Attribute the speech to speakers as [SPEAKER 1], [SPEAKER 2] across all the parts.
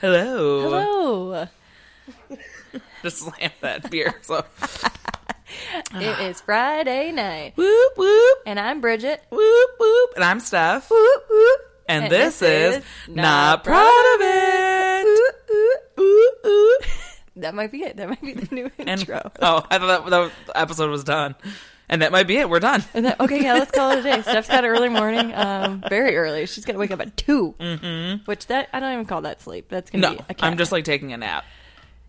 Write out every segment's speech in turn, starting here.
[SPEAKER 1] Hello.
[SPEAKER 2] Hello.
[SPEAKER 1] Just slam that beer. So
[SPEAKER 2] It is Friday night,
[SPEAKER 1] whoop whoop
[SPEAKER 2] and I'm Bridget.
[SPEAKER 1] whoop whoop, and I'm Steph. Whoop whoop, and,
[SPEAKER 2] And
[SPEAKER 1] this,
[SPEAKER 2] this
[SPEAKER 1] is,
[SPEAKER 2] is
[SPEAKER 1] not
[SPEAKER 2] Not
[SPEAKER 1] proud of it. Ooh, ooh, ooh.
[SPEAKER 2] That might be it. That might be the new
[SPEAKER 1] And
[SPEAKER 2] intro.
[SPEAKER 1] oh, I thought that, that episode was done, and that might be it. We're done.
[SPEAKER 2] And then, okay, yeah, let's call it a day. Steph's got an early morning, um, very early. She's gonna wake up at 2 mm-hmm. which that I don't even call that sleep. That's gonna
[SPEAKER 1] No,
[SPEAKER 2] be a cat.
[SPEAKER 1] I'm just like taking a nap.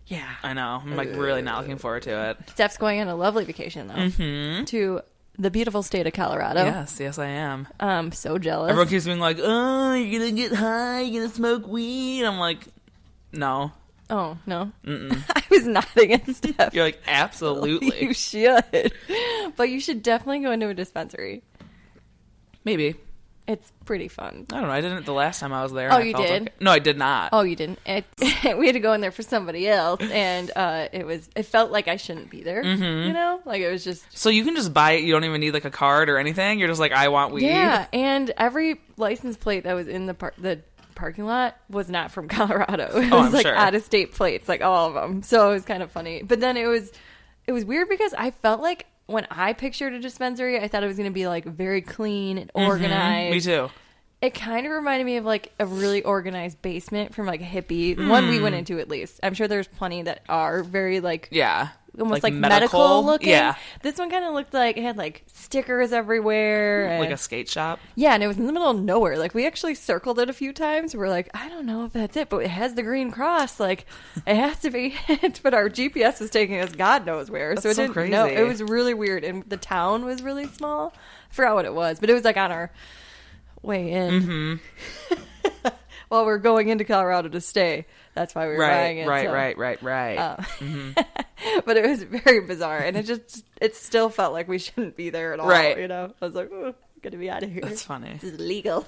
[SPEAKER 2] yeah.
[SPEAKER 1] I know. I'm like really not looking forward to it.
[SPEAKER 2] Steph's going on a lovely vacation though to the beautiful state of Colorado.
[SPEAKER 1] Mm-hmm. Yes, yes, I am.
[SPEAKER 2] Um, so jealous.
[SPEAKER 1] Everyone keeps being like, "Oh, you're gonna get high, you're gonna smoke weed." I'm like, "No."
[SPEAKER 2] oh no, I was nodding at Steph.
[SPEAKER 1] You're like, "Absolutely."
[SPEAKER 2] You should, but you should definitely go into a dispensary.
[SPEAKER 1] Maybe.
[SPEAKER 2] It's pretty fun.
[SPEAKER 1] I don't know. I didn't the last time I was there.
[SPEAKER 2] Oh,
[SPEAKER 1] and I
[SPEAKER 2] you
[SPEAKER 1] felt
[SPEAKER 2] did?
[SPEAKER 1] okay. No, I did not.
[SPEAKER 2] Oh, you didn't. It, we had to go in there for somebody else, and uh, it was. It felt like I shouldn't be there. You know, like it was just.
[SPEAKER 1] So you can just buy it. You don't even need like a card or anything. You're just like, I want weed.
[SPEAKER 2] Yeah, and every license plate that was in the par- the parking lot was not from Colorado. It was
[SPEAKER 1] Oh, I'm
[SPEAKER 2] like
[SPEAKER 1] sure.
[SPEAKER 2] out of state plates, like all of them. So it was kind of funny. But then it was, it was weird because I felt like when I pictured a dispensary, I thought it was going to be like very clean and organized.
[SPEAKER 1] Mm-hmm. Me too.
[SPEAKER 2] It kind of reminded me of like a really organized basement from like a hippie.
[SPEAKER 1] Hmm.
[SPEAKER 2] the One we went into at least. I'm sure there's plenty that are very like
[SPEAKER 1] Yeah.
[SPEAKER 2] almost like, medical, looking.
[SPEAKER 1] Yeah.
[SPEAKER 2] This one kind of looked like it had like stickers everywhere. And,
[SPEAKER 1] Hmm, Like a skate shop.
[SPEAKER 2] yeah, and it was in the middle of nowhere. Like we actually circled it a few times. We're like, I don't know if that's it, but it has the green cross. Like it has to be it. But our GPS was taking us God knows where. so
[SPEAKER 1] That's
[SPEAKER 2] it
[SPEAKER 1] so
[SPEAKER 2] didn't know.
[SPEAKER 1] crazy.
[SPEAKER 2] It was really weird, and the town was really small. I forgot what it was, but it was like on our way in.
[SPEAKER 1] Mm-hmm.
[SPEAKER 2] While we're going into Colorado to stay, that's why we were buying
[SPEAKER 1] Right.
[SPEAKER 2] it.
[SPEAKER 1] Right.
[SPEAKER 2] so um,
[SPEAKER 1] Right. Mm-hmm. Right. Right.
[SPEAKER 2] Uh, but it was very bizarre and it just it still felt like we shouldn't be there at all
[SPEAKER 1] Right.
[SPEAKER 2] you know i was like "Ooh, gonna be out of here
[SPEAKER 1] That's funny.
[SPEAKER 2] this is legal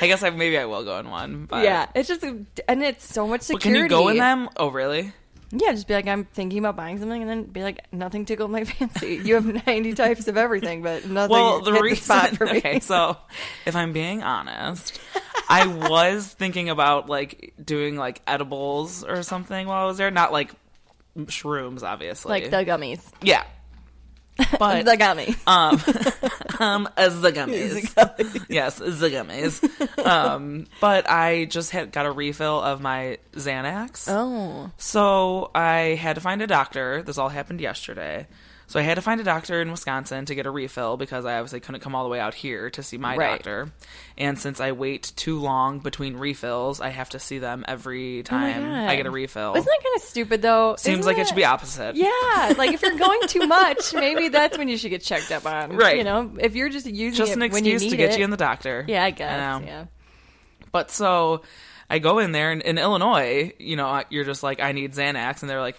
[SPEAKER 1] I guess I maybe I will go in one. But.
[SPEAKER 2] yeah it's just and it's so much
[SPEAKER 1] But
[SPEAKER 2] security
[SPEAKER 1] can you go in them? Oh, really?
[SPEAKER 2] yeah just be like i'm thinking about buying something and then be like nothing tickled my fancy you have 90 types of everything but nothing
[SPEAKER 1] Well,
[SPEAKER 2] hit
[SPEAKER 1] the
[SPEAKER 2] the spot
[SPEAKER 1] reason.
[SPEAKER 2] for me
[SPEAKER 1] Okay, so if I'm being honest, I was thinking about like doing like edibles or something while I was there. Not like shrooms, obviously.
[SPEAKER 2] like the gummies
[SPEAKER 1] yeah. But
[SPEAKER 2] the gummies
[SPEAKER 1] um, um, as the gummies. yes, as the gummies. um, but I just had got a refill of my Xanax.
[SPEAKER 2] oh
[SPEAKER 1] So I had to find a doctor. This all happened yesterday. So I had to find a doctor in Wisconsin to get a refill because I obviously couldn't come all the way out here to see my
[SPEAKER 2] Right.
[SPEAKER 1] doctor. And since I wait too long between refills, I have to see them every time I
[SPEAKER 2] Oh God.
[SPEAKER 1] get a refill.
[SPEAKER 2] isn't that kind of stupid though
[SPEAKER 1] Seems
[SPEAKER 2] Isn't
[SPEAKER 1] like it should be
[SPEAKER 2] that-
[SPEAKER 1] opposite.
[SPEAKER 2] Yeah, like if you're going too much, maybe that's when you should get checked up on.
[SPEAKER 1] Right.
[SPEAKER 2] You know, if you're just using
[SPEAKER 1] Just
[SPEAKER 2] it
[SPEAKER 1] an
[SPEAKER 2] when you
[SPEAKER 1] excuse
[SPEAKER 2] need
[SPEAKER 1] to get
[SPEAKER 2] it.
[SPEAKER 1] you in the doctor.
[SPEAKER 2] yeah, I guess.
[SPEAKER 1] know.
[SPEAKER 2] yeah.
[SPEAKER 1] But so I go in there, and in Illinois, you know, I- you're just like, I need Xanax, and they're like,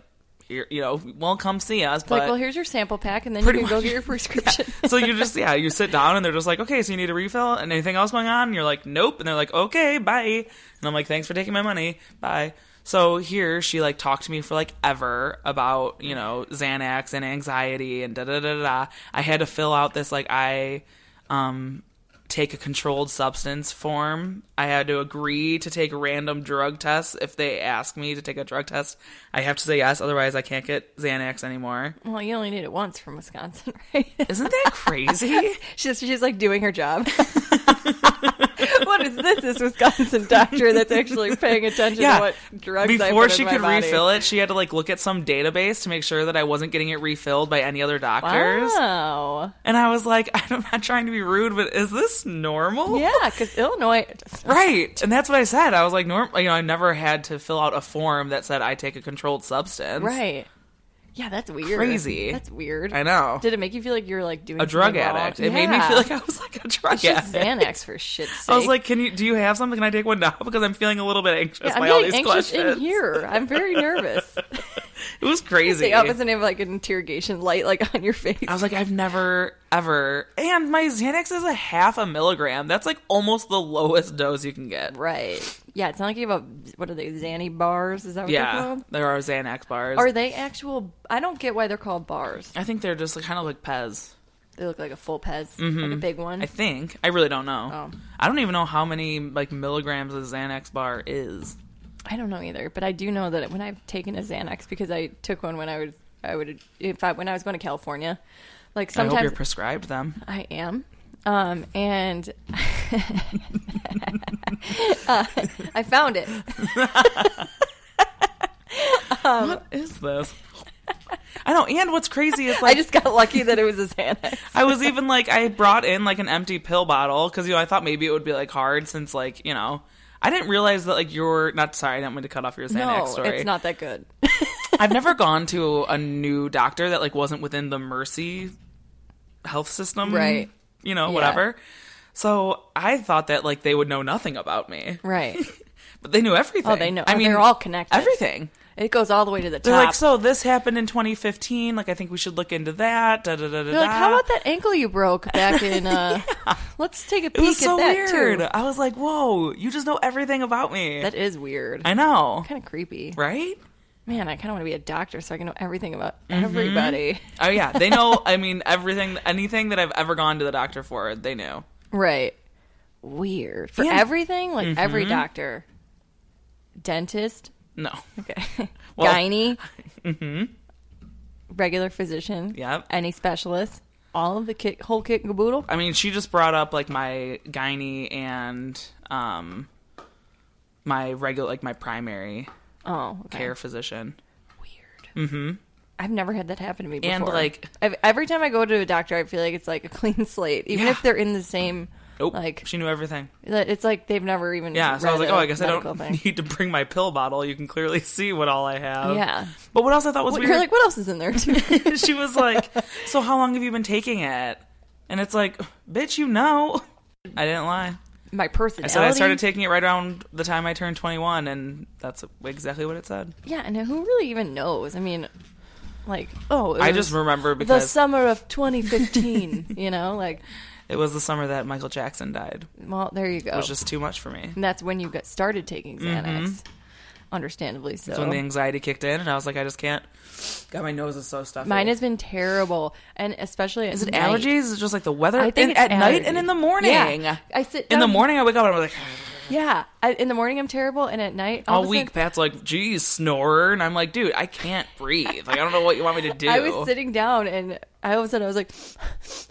[SPEAKER 1] Here, you know, well, come see us.
[SPEAKER 2] It's like,
[SPEAKER 1] but
[SPEAKER 2] well, here's your sample pack, and then you
[SPEAKER 1] Pretty
[SPEAKER 2] can go
[SPEAKER 1] much.
[SPEAKER 2] get your prescription.
[SPEAKER 1] so you just yeah you sit down and they're just like okay so you need a refill and anything else going on and you're like nope and they're like okay bye and i'm like thanks for taking my money bye so here she like talked to me for like ever about you know xanax and anxiety and da da da da, da i had to fill out this like i um take a controlled substance form i had to agree to take random drug tests if they ask me to take a drug test i have to say yes otherwise i can't get xanax anymore
[SPEAKER 2] well, you only need it once from Wisconsin, right?
[SPEAKER 1] isn't that crazy
[SPEAKER 2] she's she's like doing her job. what is this? This Wisconsin doctor that's actually paying attention to what drugs I
[SPEAKER 1] before
[SPEAKER 2] put
[SPEAKER 1] she
[SPEAKER 2] in my
[SPEAKER 1] could
[SPEAKER 2] body.
[SPEAKER 1] refill it she had to like look at some database to make sure that i wasn't getting it refilled by any other doctors
[SPEAKER 2] Wow.
[SPEAKER 1] and i was like i'm not trying to be rude but is this normal
[SPEAKER 2] Yeah, because Illinois.
[SPEAKER 1] right and that's what i said i was like norm you know i never had to fill out a form that said i take a controlled substance
[SPEAKER 2] Right. Yeah, that's weird.
[SPEAKER 1] Crazy.
[SPEAKER 2] That's weird.
[SPEAKER 1] i know
[SPEAKER 2] Did it make you feel like you were like doing
[SPEAKER 1] a drug
[SPEAKER 2] something wrong?
[SPEAKER 1] addict it made me
[SPEAKER 2] Yeah.
[SPEAKER 1] feel like i was like a drug
[SPEAKER 2] It's just
[SPEAKER 1] addict
[SPEAKER 2] Xanax for shit's sake.
[SPEAKER 1] I was like, "Can you? Do you have something? Can I take one now? Because I'm feeling a little bit anxious
[SPEAKER 2] Yeah, I'm
[SPEAKER 1] by all
[SPEAKER 2] getting
[SPEAKER 1] these
[SPEAKER 2] anxious
[SPEAKER 1] questions.
[SPEAKER 2] in here. I'm very nervous.
[SPEAKER 1] It was crazy.
[SPEAKER 2] the opposite of like an interrogation light like on your face.
[SPEAKER 1] I was like, I've never ever. And my Xanax is a half a milligram. That's like almost the lowest dose you can get.
[SPEAKER 2] right. Yeah, it's not like you have a what are they, Xanny bars? Is that what they're
[SPEAKER 1] Yeah,
[SPEAKER 2] called?
[SPEAKER 1] there are Xanax bars.
[SPEAKER 2] Are they actual I don't get why they're called bars.
[SPEAKER 1] I think they're just kind of like Pez.
[SPEAKER 2] They look like a full Pez, like a big one.
[SPEAKER 1] Mm-hmm. I think. I really don't know.
[SPEAKER 2] Mm-hmm. Oh.
[SPEAKER 1] I don't even know how many like milligrams a Xanax bar is.
[SPEAKER 2] I don't know either, but I do know that when I've taken a Xanax because I took one when I was I would if I when I was going to California, like
[SPEAKER 1] I hope
[SPEAKER 2] sometimes
[SPEAKER 1] you're prescribed them.
[SPEAKER 2] I am. Um, and uh, I found it. Um, Oh.
[SPEAKER 1] what is this? I know. And what's crazy is like
[SPEAKER 2] I just got lucky that it was a Xanax.
[SPEAKER 1] I was even like, I brought in like an empty pill bottle because you know I thought maybe it would be like hard since like you know I didn't realize that like you're not sorry I didn't mean to cut off your Xanax
[SPEAKER 2] No,
[SPEAKER 1] story.
[SPEAKER 2] it's not that good.
[SPEAKER 1] I've never gone to a new doctor that like wasn't within the Mercy health system,
[SPEAKER 2] Right.
[SPEAKER 1] You know,
[SPEAKER 2] Yeah.
[SPEAKER 1] whatever. So I thought that like they would know nothing about me,
[SPEAKER 2] right.
[SPEAKER 1] but they knew everything.
[SPEAKER 2] Oh, they know.
[SPEAKER 1] I mean,
[SPEAKER 2] they're all connected.
[SPEAKER 1] everything.
[SPEAKER 2] It goes all the way to the top.
[SPEAKER 1] They're like, so this happened in 2015. Like, I think we should look into that. Da, da, da, da,
[SPEAKER 2] They're like,
[SPEAKER 1] da."
[SPEAKER 2] how about that ankle you broke back in? Uh, Let's take a
[SPEAKER 1] It
[SPEAKER 2] peek
[SPEAKER 1] was
[SPEAKER 2] at
[SPEAKER 1] so
[SPEAKER 2] that
[SPEAKER 1] weird.
[SPEAKER 2] too.
[SPEAKER 1] I was like, whoa, you just know everything about me.
[SPEAKER 2] That is weird.
[SPEAKER 1] I know.
[SPEAKER 2] Kind of creepy.
[SPEAKER 1] Right?
[SPEAKER 2] Man, I kind of want to be a doctor so I can know everything about
[SPEAKER 1] Mm-hmm.
[SPEAKER 2] everybody.
[SPEAKER 1] Oh, yeah. They know, I mean, everything, anything that I've ever gone to the doctor for, they knew.
[SPEAKER 2] Right. Weird. For
[SPEAKER 1] Yeah.
[SPEAKER 2] everything? Like
[SPEAKER 1] Mm-hmm.
[SPEAKER 2] every doctor. Dentist.
[SPEAKER 1] No.
[SPEAKER 2] Okay.
[SPEAKER 1] Well- Mm-hmm.
[SPEAKER 2] Gynae. Regular physician.
[SPEAKER 1] Yep.
[SPEAKER 2] Any specialist. All of the kit, whole kit and caboodle.
[SPEAKER 1] I mean, she just brought up, like, my gynae and um, my regular, like, my primary
[SPEAKER 2] Oh, okay.
[SPEAKER 1] care physician.
[SPEAKER 2] Weird. Mm-hmm. I've never had that happen to me before.
[SPEAKER 1] And, like-
[SPEAKER 2] I've, every time I go to a doctor, I feel like it's like a clean slate, even
[SPEAKER 1] Yeah.
[SPEAKER 2] if they're in the same.
[SPEAKER 1] Nope.
[SPEAKER 2] Like
[SPEAKER 1] she knew everything.
[SPEAKER 2] that- it's like they've never even.
[SPEAKER 1] Yeah. So I was
[SPEAKER 2] read
[SPEAKER 1] like,
[SPEAKER 2] a
[SPEAKER 1] oh, I guess I
[SPEAKER 2] medical
[SPEAKER 1] don't
[SPEAKER 2] thing.
[SPEAKER 1] need to bring my pill bottle. You can clearly see what all I have.
[SPEAKER 2] Yeah.
[SPEAKER 1] But what else I thought was
[SPEAKER 2] What,
[SPEAKER 1] weird.
[SPEAKER 2] you're like, what else is in there? Too?
[SPEAKER 1] she was like, "So how long have you been taking it?" And it's like, "Bitch, you know." I didn't lie.
[SPEAKER 2] My
[SPEAKER 1] I
[SPEAKER 2] personality.
[SPEAKER 1] said I started taking it right around the time I turned 21 and that's exactly what it said.
[SPEAKER 2] Yeah, and who really even knows? I mean, like, oh, it
[SPEAKER 1] I
[SPEAKER 2] was
[SPEAKER 1] just remember
[SPEAKER 2] the
[SPEAKER 1] because
[SPEAKER 2] summer of 2015. you know, like,
[SPEAKER 1] it was the summer that Michael Jackson died.
[SPEAKER 2] well, there you
[SPEAKER 1] It
[SPEAKER 2] go.
[SPEAKER 1] was just too much for me.
[SPEAKER 2] and that's when you got started taking Xanax, understandably so.
[SPEAKER 1] That's when the anxiety kicked in and I was like, I just can't. God, my nose is so stuffy.
[SPEAKER 2] Mine has been terrible, and especially at
[SPEAKER 1] Is it
[SPEAKER 2] night.
[SPEAKER 1] allergies? Is it just like the weather?
[SPEAKER 2] I think
[SPEAKER 1] And
[SPEAKER 2] it's
[SPEAKER 1] at night and
[SPEAKER 2] allergies.
[SPEAKER 1] in the morning.
[SPEAKER 2] Yeah. Um, I sit
[SPEAKER 1] In the
[SPEAKER 2] down-
[SPEAKER 1] morning, I wake up and I'm like,
[SPEAKER 2] Yeah, I, in the morning I'm terrible, and at night all,
[SPEAKER 1] all
[SPEAKER 2] of a
[SPEAKER 1] week,
[SPEAKER 2] sudden-
[SPEAKER 1] Pat's like, geez, snorer. And I'm like, dude, I can't breathe. Like, I don't know what you want me to do.
[SPEAKER 2] I was sitting down, and I all of a sudden I was like,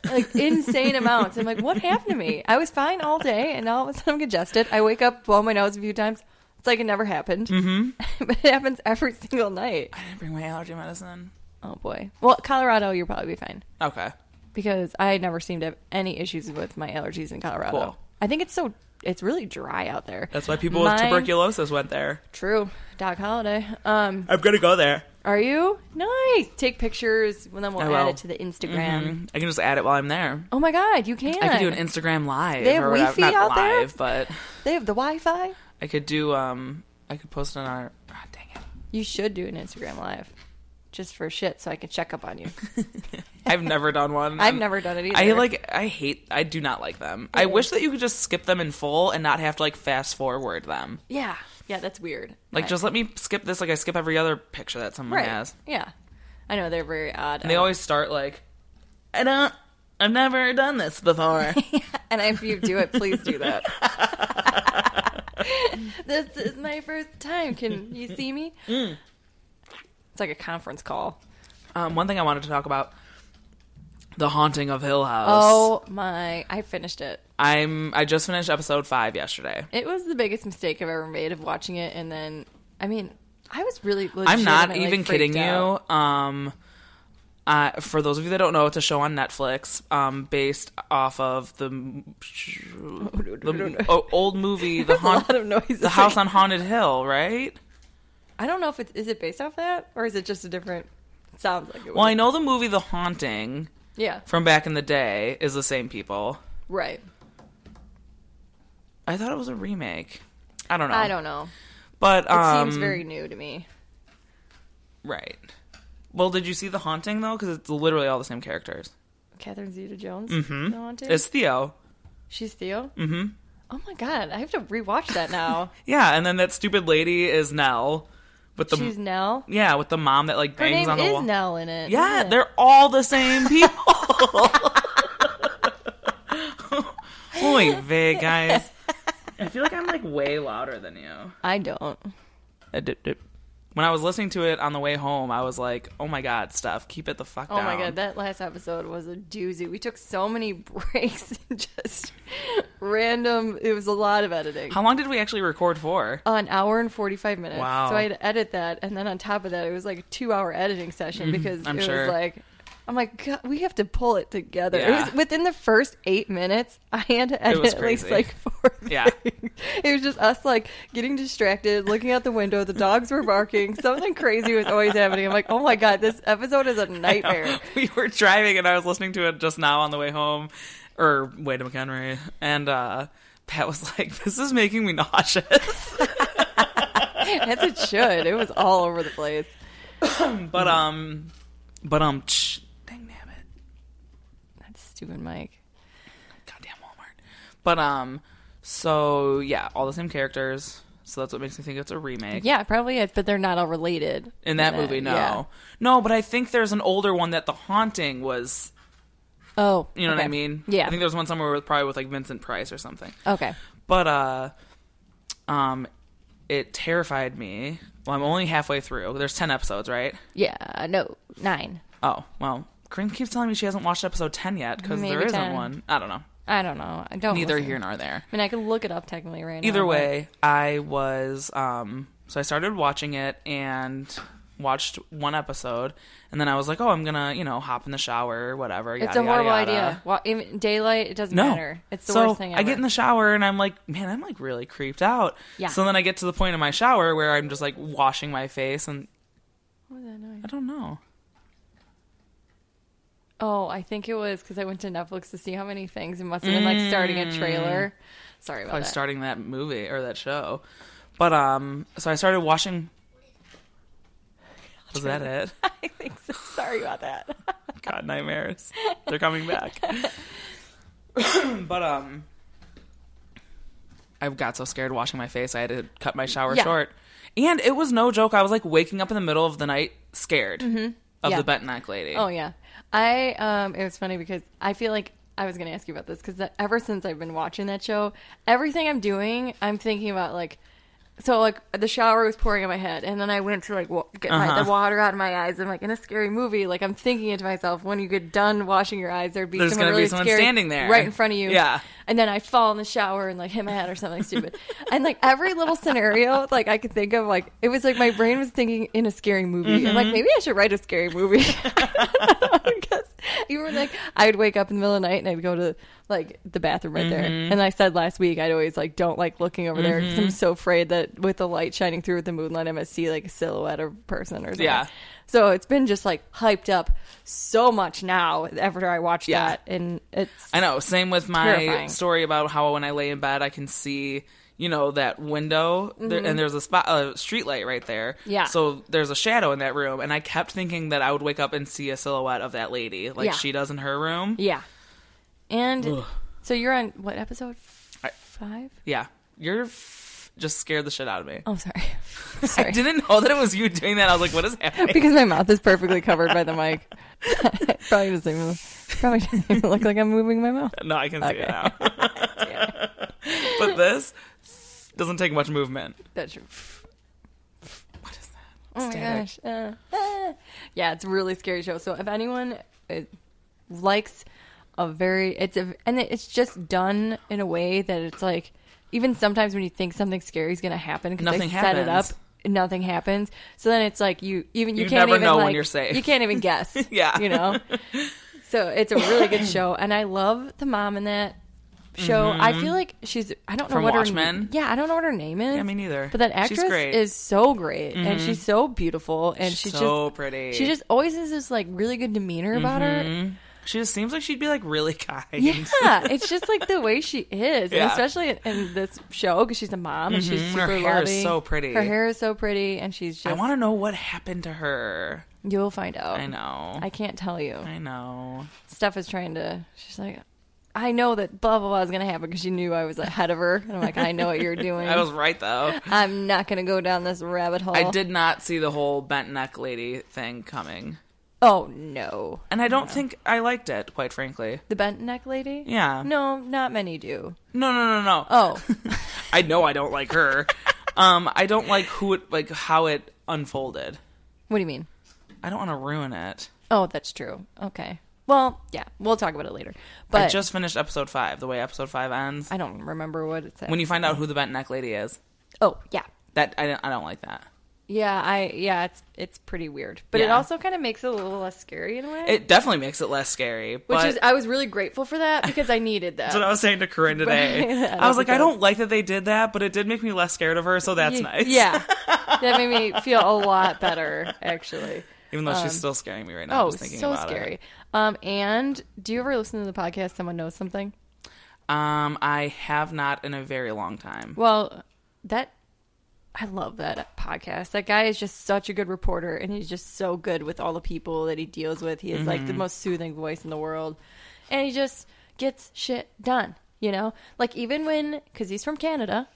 [SPEAKER 2] like insane amounts. I'm like, what happened to me? I was fine all day, and now all of a sudden I'm congested. I wake up, blow my nose a few times. It's like it never happened, mm-hmm. but it happens every single night.
[SPEAKER 1] I didn't bring my allergy medicine.
[SPEAKER 2] Oh boy. Well, Colorado, you'll probably be fine
[SPEAKER 1] Okay.
[SPEAKER 2] because I never seem to have any issues with my allergies in Colorado.
[SPEAKER 1] Cool.
[SPEAKER 2] I think it's so it's really dry out there.
[SPEAKER 1] That's why people with
[SPEAKER 2] Mine-
[SPEAKER 1] tuberculosis went there.
[SPEAKER 2] True. Doc Holiday. Um,
[SPEAKER 1] I'm going to go there.
[SPEAKER 2] are you nice? Take pictures, and then we'll
[SPEAKER 1] I
[SPEAKER 2] add
[SPEAKER 1] will.
[SPEAKER 2] it to the Instagram.
[SPEAKER 1] Mm-hmm. I can just add it while I'm there.
[SPEAKER 2] Oh my God, you can.
[SPEAKER 1] I could do an Instagram live.
[SPEAKER 2] They have
[SPEAKER 1] or whatever.
[SPEAKER 2] Wi-Fi
[SPEAKER 1] Not
[SPEAKER 2] out there?
[SPEAKER 1] live, but
[SPEAKER 2] They have the Wi-Fi.
[SPEAKER 1] I could do, um, I could post it on our, oh, dang it.
[SPEAKER 2] You should do an Instagram live, just for shit, so I can check up on you.
[SPEAKER 1] I've never done one.
[SPEAKER 2] I've
[SPEAKER 1] and
[SPEAKER 2] never done it either.
[SPEAKER 1] I like, I hate, I do not like them. I wish that you could just skip them in full and not have to like fast forward them.
[SPEAKER 2] Yeah, yeah, that's weird.
[SPEAKER 1] Like,
[SPEAKER 2] I-
[SPEAKER 1] just let me skip this like I skip every other picture that someone
[SPEAKER 2] right.
[SPEAKER 1] has.
[SPEAKER 2] Yeah, I know they're very odd.
[SPEAKER 1] And they always start like, I don't, I've never done this before.
[SPEAKER 2] and if you do it, please do that. this is my first time. Can you see me?
[SPEAKER 1] Mm.
[SPEAKER 2] It's like a conference call.
[SPEAKER 1] Um, one thing I wanted to talk about: the haunting of Hill House.
[SPEAKER 2] Oh my! I finished it.
[SPEAKER 1] I'm I just finished episode five yesterday.
[SPEAKER 2] It was the biggest mistake I've ever made of watching it, and then I mean, I was really.
[SPEAKER 1] I'm not
[SPEAKER 2] legitimately
[SPEAKER 1] even
[SPEAKER 2] freaked
[SPEAKER 1] kidding
[SPEAKER 2] out.
[SPEAKER 1] you. Um, uh, for those of you that don't know, it's a show on Netflix, um, based off of the, m- the o- old movie, the
[SPEAKER 2] A
[SPEAKER 1] haunt,
[SPEAKER 2] lot of noises.
[SPEAKER 1] the house on haunted hill, right?
[SPEAKER 2] I don't know if it's is it based off that or is it just a different. It sounds like it.
[SPEAKER 1] Well,
[SPEAKER 2] was.
[SPEAKER 1] I know the movie The Haunting
[SPEAKER 2] Yeah.
[SPEAKER 1] from back in the day is the same people.
[SPEAKER 2] Right.
[SPEAKER 1] I thought it was a remake. I don't know.
[SPEAKER 2] I don't know.
[SPEAKER 1] But
[SPEAKER 2] It
[SPEAKER 1] um,
[SPEAKER 2] seems very new to me.
[SPEAKER 1] right. Well, did you see The Haunting though? Because it's literally all the same characters.
[SPEAKER 2] Catherine Zeta-Jones. Mm-hmm.
[SPEAKER 1] It's Theo.
[SPEAKER 2] She's Theo. Mm-hmm. Oh my god, I have to rewatch that now.
[SPEAKER 1] Yeah, and then that stupid lady is Nell with the
[SPEAKER 2] She's Nell.
[SPEAKER 1] yeah with the mom that like
[SPEAKER 2] Her
[SPEAKER 1] bangs
[SPEAKER 2] name
[SPEAKER 1] on the
[SPEAKER 2] is
[SPEAKER 1] wall.
[SPEAKER 2] Nell in it.
[SPEAKER 1] Yeah,
[SPEAKER 2] isn't it?
[SPEAKER 1] they're all the same people. Oy vey, guys. I feel like I'm like way louder than you.
[SPEAKER 2] I don't.
[SPEAKER 1] Uh, dip, dip. When I was listening to it on the way home, I was like, "Oh my god, stuff! Keep it the fuck
[SPEAKER 2] Oh
[SPEAKER 1] down."
[SPEAKER 2] my god, that last episode was a doozy. We took so many breaks and just random. It was a lot of editing.
[SPEAKER 1] How long did we actually record for?
[SPEAKER 2] an hour and 45 minutes.
[SPEAKER 1] Wow.
[SPEAKER 2] So I had to edit that. And then on top of that, it was like a two hour editing session because
[SPEAKER 1] Mm-hmm. I'm
[SPEAKER 2] it
[SPEAKER 1] sure.
[SPEAKER 2] was like, I'm like, God, we have to pull it together. It
[SPEAKER 1] Yeah.
[SPEAKER 2] was within the first eight minutes, I had to edit
[SPEAKER 1] was
[SPEAKER 2] at least
[SPEAKER 1] crazy.
[SPEAKER 2] like four.
[SPEAKER 1] Yeah.
[SPEAKER 2] things. It was just us like getting distracted, looking out the window. The dogs were barking. Something crazy was always happening. I'm like, oh my God, this episode is a nightmare.
[SPEAKER 1] we were driving and I was listening to it just now on the way home or way to McHenry and uh Pat was like, This is making me nauseous.
[SPEAKER 2] As it should. It was all over the place.
[SPEAKER 1] but um but um tch, dang damn it.
[SPEAKER 2] That's stupid, Mike.
[SPEAKER 1] Goddamn Walmart. But um so yeah, all the same characters. So that's what makes me think it's a remake.
[SPEAKER 2] Yeah, probably is, but they're not all related.
[SPEAKER 1] In that movie, no.
[SPEAKER 2] yeah.
[SPEAKER 1] No, but I think there's an older one that The Haunting was
[SPEAKER 2] Oh.
[SPEAKER 1] you know what
[SPEAKER 2] okay.
[SPEAKER 1] I mean?
[SPEAKER 2] Yeah.
[SPEAKER 1] I think there's one somewhere with probably with like Vincent Price or something.
[SPEAKER 2] Okay.
[SPEAKER 1] but uh um it terrified me well i'm only halfway through there's 10 episodes right
[SPEAKER 2] Yeah, no, nine.
[SPEAKER 1] oh well Corinne keeps telling me she hasn't watched episode 10 yet because
[SPEAKER 2] Maybe Oh,
[SPEAKER 1] there isn't
[SPEAKER 2] 10.
[SPEAKER 1] one i don't know
[SPEAKER 2] I don't know. I don't.
[SPEAKER 1] neither
[SPEAKER 2] listen.
[SPEAKER 1] here nor there
[SPEAKER 2] I mean, I could look it up technically right now.
[SPEAKER 1] either
[SPEAKER 2] but-
[SPEAKER 1] way i was um so i started watching it and watched one episode and then i was like oh i'm gonna you know hop in the shower whatever
[SPEAKER 2] it's
[SPEAKER 1] yada,
[SPEAKER 2] a horrible
[SPEAKER 1] yada, yada.
[SPEAKER 2] idea. Well, even daylight, it doesn't
[SPEAKER 1] No,
[SPEAKER 2] matter. It's the
[SPEAKER 1] so
[SPEAKER 2] worst thing ever.
[SPEAKER 1] I get in the shower and I'm like, man, I'm like really creeped out.
[SPEAKER 2] Yeah.
[SPEAKER 1] So then I get to the point in my shower where I'm just like washing my face and
[SPEAKER 2] What was that noise?
[SPEAKER 1] I don't know.
[SPEAKER 2] Oh, I think it was because I went to Netflix to see how many things. It must have been like starting a trailer. Sorry about
[SPEAKER 1] Mm. Probably
[SPEAKER 2] that.
[SPEAKER 1] starting that movie or that show. But um, so I started washing. Was that it?
[SPEAKER 2] I think so. Sorry about that.
[SPEAKER 1] God, nightmares. They're coming back. but um, I got so scared washing my face, I had to cut my shower
[SPEAKER 2] Yeah.
[SPEAKER 1] short. And it was no joke. I was like waking up in the middle of the night scared of
[SPEAKER 2] Mm-hmm. Yeah.
[SPEAKER 1] the bent neck lady.
[SPEAKER 2] Oh yeah, I um, it was funny because I feel like I was gonna ask you about this because ever since I've been watching that show, everything I'm doing, I'm thinking about like, so like the shower was pouring on my head, and then I went to like wa- get my, the
[SPEAKER 1] Uh-huh.
[SPEAKER 2] water out of my eyes. I'm like in a scary movie, like I'm thinking it to myself. When you get done washing your eyes, there'd be
[SPEAKER 1] There's
[SPEAKER 2] someone
[SPEAKER 1] gonna be
[SPEAKER 2] really
[SPEAKER 1] someone
[SPEAKER 2] scary
[SPEAKER 1] standing there.
[SPEAKER 2] right in front of you.
[SPEAKER 1] Yeah.
[SPEAKER 2] and then I fall in the shower and like hit my head or something stupid, and like every little scenario like I could think of, like it was like my brain was thinking in a scary movie. I'm
[SPEAKER 1] Mm-hmm.
[SPEAKER 2] like maybe I should write a scary movie. because you were like I would wake up in the middle of the night and I'd go to like the bathroom right there.
[SPEAKER 1] Mm-hmm.
[SPEAKER 2] And I said last week I'd always like don't like looking over there because I'm so afraid that with the light shining through with the moonlight I'm gonna see like a silhouette or person or something.
[SPEAKER 1] Yeah.
[SPEAKER 2] So it's been just like hyped up so much now after I watched
[SPEAKER 1] Yeah.
[SPEAKER 2] that and it's
[SPEAKER 1] I know. Same with my
[SPEAKER 2] Terrifying.
[SPEAKER 1] story about how when I lay in bed, I can see, you know, that window, there, and there's a spot, a street light right there.
[SPEAKER 2] Mm-hmm. Yeah.
[SPEAKER 1] So there's a shadow in that room, and I kept thinking that I would wake up and see a silhouette of that lady, like
[SPEAKER 2] Yeah.
[SPEAKER 1] she does in her room.
[SPEAKER 2] yeah. And
[SPEAKER 1] Ugh.
[SPEAKER 2] so you're on what episode?
[SPEAKER 1] I-
[SPEAKER 2] Five?
[SPEAKER 1] Yeah, you're f- just scared the shit out of me.
[SPEAKER 2] Oh, sorry. sorry.
[SPEAKER 1] I didn't know that it was you doing that. I was like, what is happening?
[SPEAKER 2] because my mouth is perfectly covered by the mic. probably doesn't even probably doesn't even look like I'm moving my mouth.
[SPEAKER 1] no, I can see it
[SPEAKER 2] Okay.
[SPEAKER 1] now. but this doesn't take much movement.
[SPEAKER 2] That's true.
[SPEAKER 1] What is that?
[SPEAKER 2] Oh my
[SPEAKER 1] Static.
[SPEAKER 2] gosh. Uh, ah. Yeah, it's a really scary show. So if anyone uh, likes a very it's a and it- it's just done in a way that it's like even sometimes when you think something scary is going to happen because they
[SPEAKER 1] Nothing
[SPEAKER 2] set it up
[SPEAKER 1] happens.
[SPEAKER 2] nothing happens. So then it's like you even you,
[SPEAKER 1] You
[SPEAKER 2] can't
[SPEAKER 1] never
[SPEAKER 2] even
[SPEAKER 1] know when
[SPEAKER 2] like-
[SPEAKER 1] you're safe.
[SPEAKER 2] You can't even guess.
[SPEAKER 1] Yeah.
[SPEAKER 2] You know. So it's a really good show, and I love the mom in that show. I feel like she's I don't
[SPEAKER 1] Mm-hmm.
[SPEAKER 2] know
[SPEAKER 1] From
[SPEAKER 2] what her
[SPEAKER 1] Watchmen?
[SPEAKER 2] yeah I don't know what her name is.
[SPEAKER 1] Yeah, me neither.
[SPEAKER 2] But that
[SPEAKER 1] She's
[SPEAKER 2] actress
[SPEAKER 1] great. Mm-hmm.
[SPEAKER 2] is so great, and she's so beautiful, and she's,
[SPEAKER 1] so
[SPEAKER 2] just
[SPEAKER 1] pretty.
[SPEAKER 2] she just always has this like really good demeanor about
[SPEAKER 1] Mm-hmm.
[SPEAKER 2] her.
[SPEAKER 1] She just seems like she'd be like really kind.
[SPEAKER 2] Yeah, it's just like the way she is, and
[SPEAKER 1] Yeah.
[SPEAKER 2] especially in, in this show because she's a mom and she's
[SPEAKER 1] Mhm.
[SPEAKER 2] super
[SPEAKER 1] Her hair is
[SPEAKER 2] loving.
[SPEAKER 1] so pretty.
[SPEAKER 2] Her hair is so pretty, and she's just
[SPEAKER 1] I want to know what happened to her.
[SPEAKER 2] you'll find out.
[SPEAKER 1] I know.
[SPEAKER 2] I can't tell you.
[SPEAKER 1] I know.
[SPEAKER 2] Steph is trying to. She's like, I know that blah blah blah is gonna happen because she knew I was ahead of her, and I'm like, I know what you're doing.
[SPEAKER 1] I was right though.
[SPEAKER 2] I'm not gonna go down this rabbit hole.
[SPEAKER 1] I did not see the whole bent neck lady thing coming.
[SPEAKER 2] Oh no,
[SPEAKER 1] And I don't think I liked it, quite frankly.
[SPEAKER 2] the bent neck lady.
[SPEAKER 1] Yeah.
[SPEAKER 2] No, not many do.
[SPEAKER 1] No, no, no, no.
[SPEAKER 2] Oh,
[SPEAKER 1] I know I don't like her. um, I don't like who it, like how it unfolded.
[SPEAKER 2] what do you mean?
[SPEAKER 1] I don't want to ruin it.
[SPEAKER 2] Oh, that's true. Okay. Well, yeah, we'll talk about it later.
[SPEAKER 1] I
[SPEAKER 2] But
[SPEAKER 1] just finished episode five. The way episode five ends,
[SPEAKER 2] I don't remember what it said.
[SPEAKER 1] when you find out who the bent neck lady is,
[SPEAKER 2] oh, yeah.
[SPEAKER 1] that I don't, I don't like that.
[SPEAKER 2] Yeah, I yeah, it's it's pretty weird. But it
[SPEAKER 1] Yeah.
[SPEAKER 2] also kind of makes it a little less scary in a way.
[SPEAKER 1] It definitely makes it less scary. But
[SPEAKER 2] which is I was really grateful for that because I needed that.
[SPEAKER 1] That's what I was saying to Corinne today.
[SPEAKER 2] Right. I
[SPEAKER 1] I was
[SPEAKER 2] don't
[SPEAKER 1] like, I don't like that they did that, but it did make me less scared of her, so that's
[SPEAKER 2] Ye-
[SPEAKER 1] nice.
[SPEAKER 2] Yeah. That made me feel a lot better actually.
[SPEAKER 1] Even though she's still scaring me right now.
[SPEAKER 2] um, Oh,
[SPEAKER 1] just thinking
[SPEAKER 2] so
[SPEAKER 1] about
[SPEAKER 2] scary. Um and do you ever listen to the podcast someone knows something?
[SPEAKER 1] It. Um, I have not in a very long time.
[SPEAKER 2] Well, that I love that podcast. That guy is just such a good reporter, and he's just so good with all the people that he deals with. He is like the
[SPEAKER 1] Mm-hmm.
[SPEAKER 2] most soothing voice in the world, and he just gets shit done. You know, like even when because he's from Canada,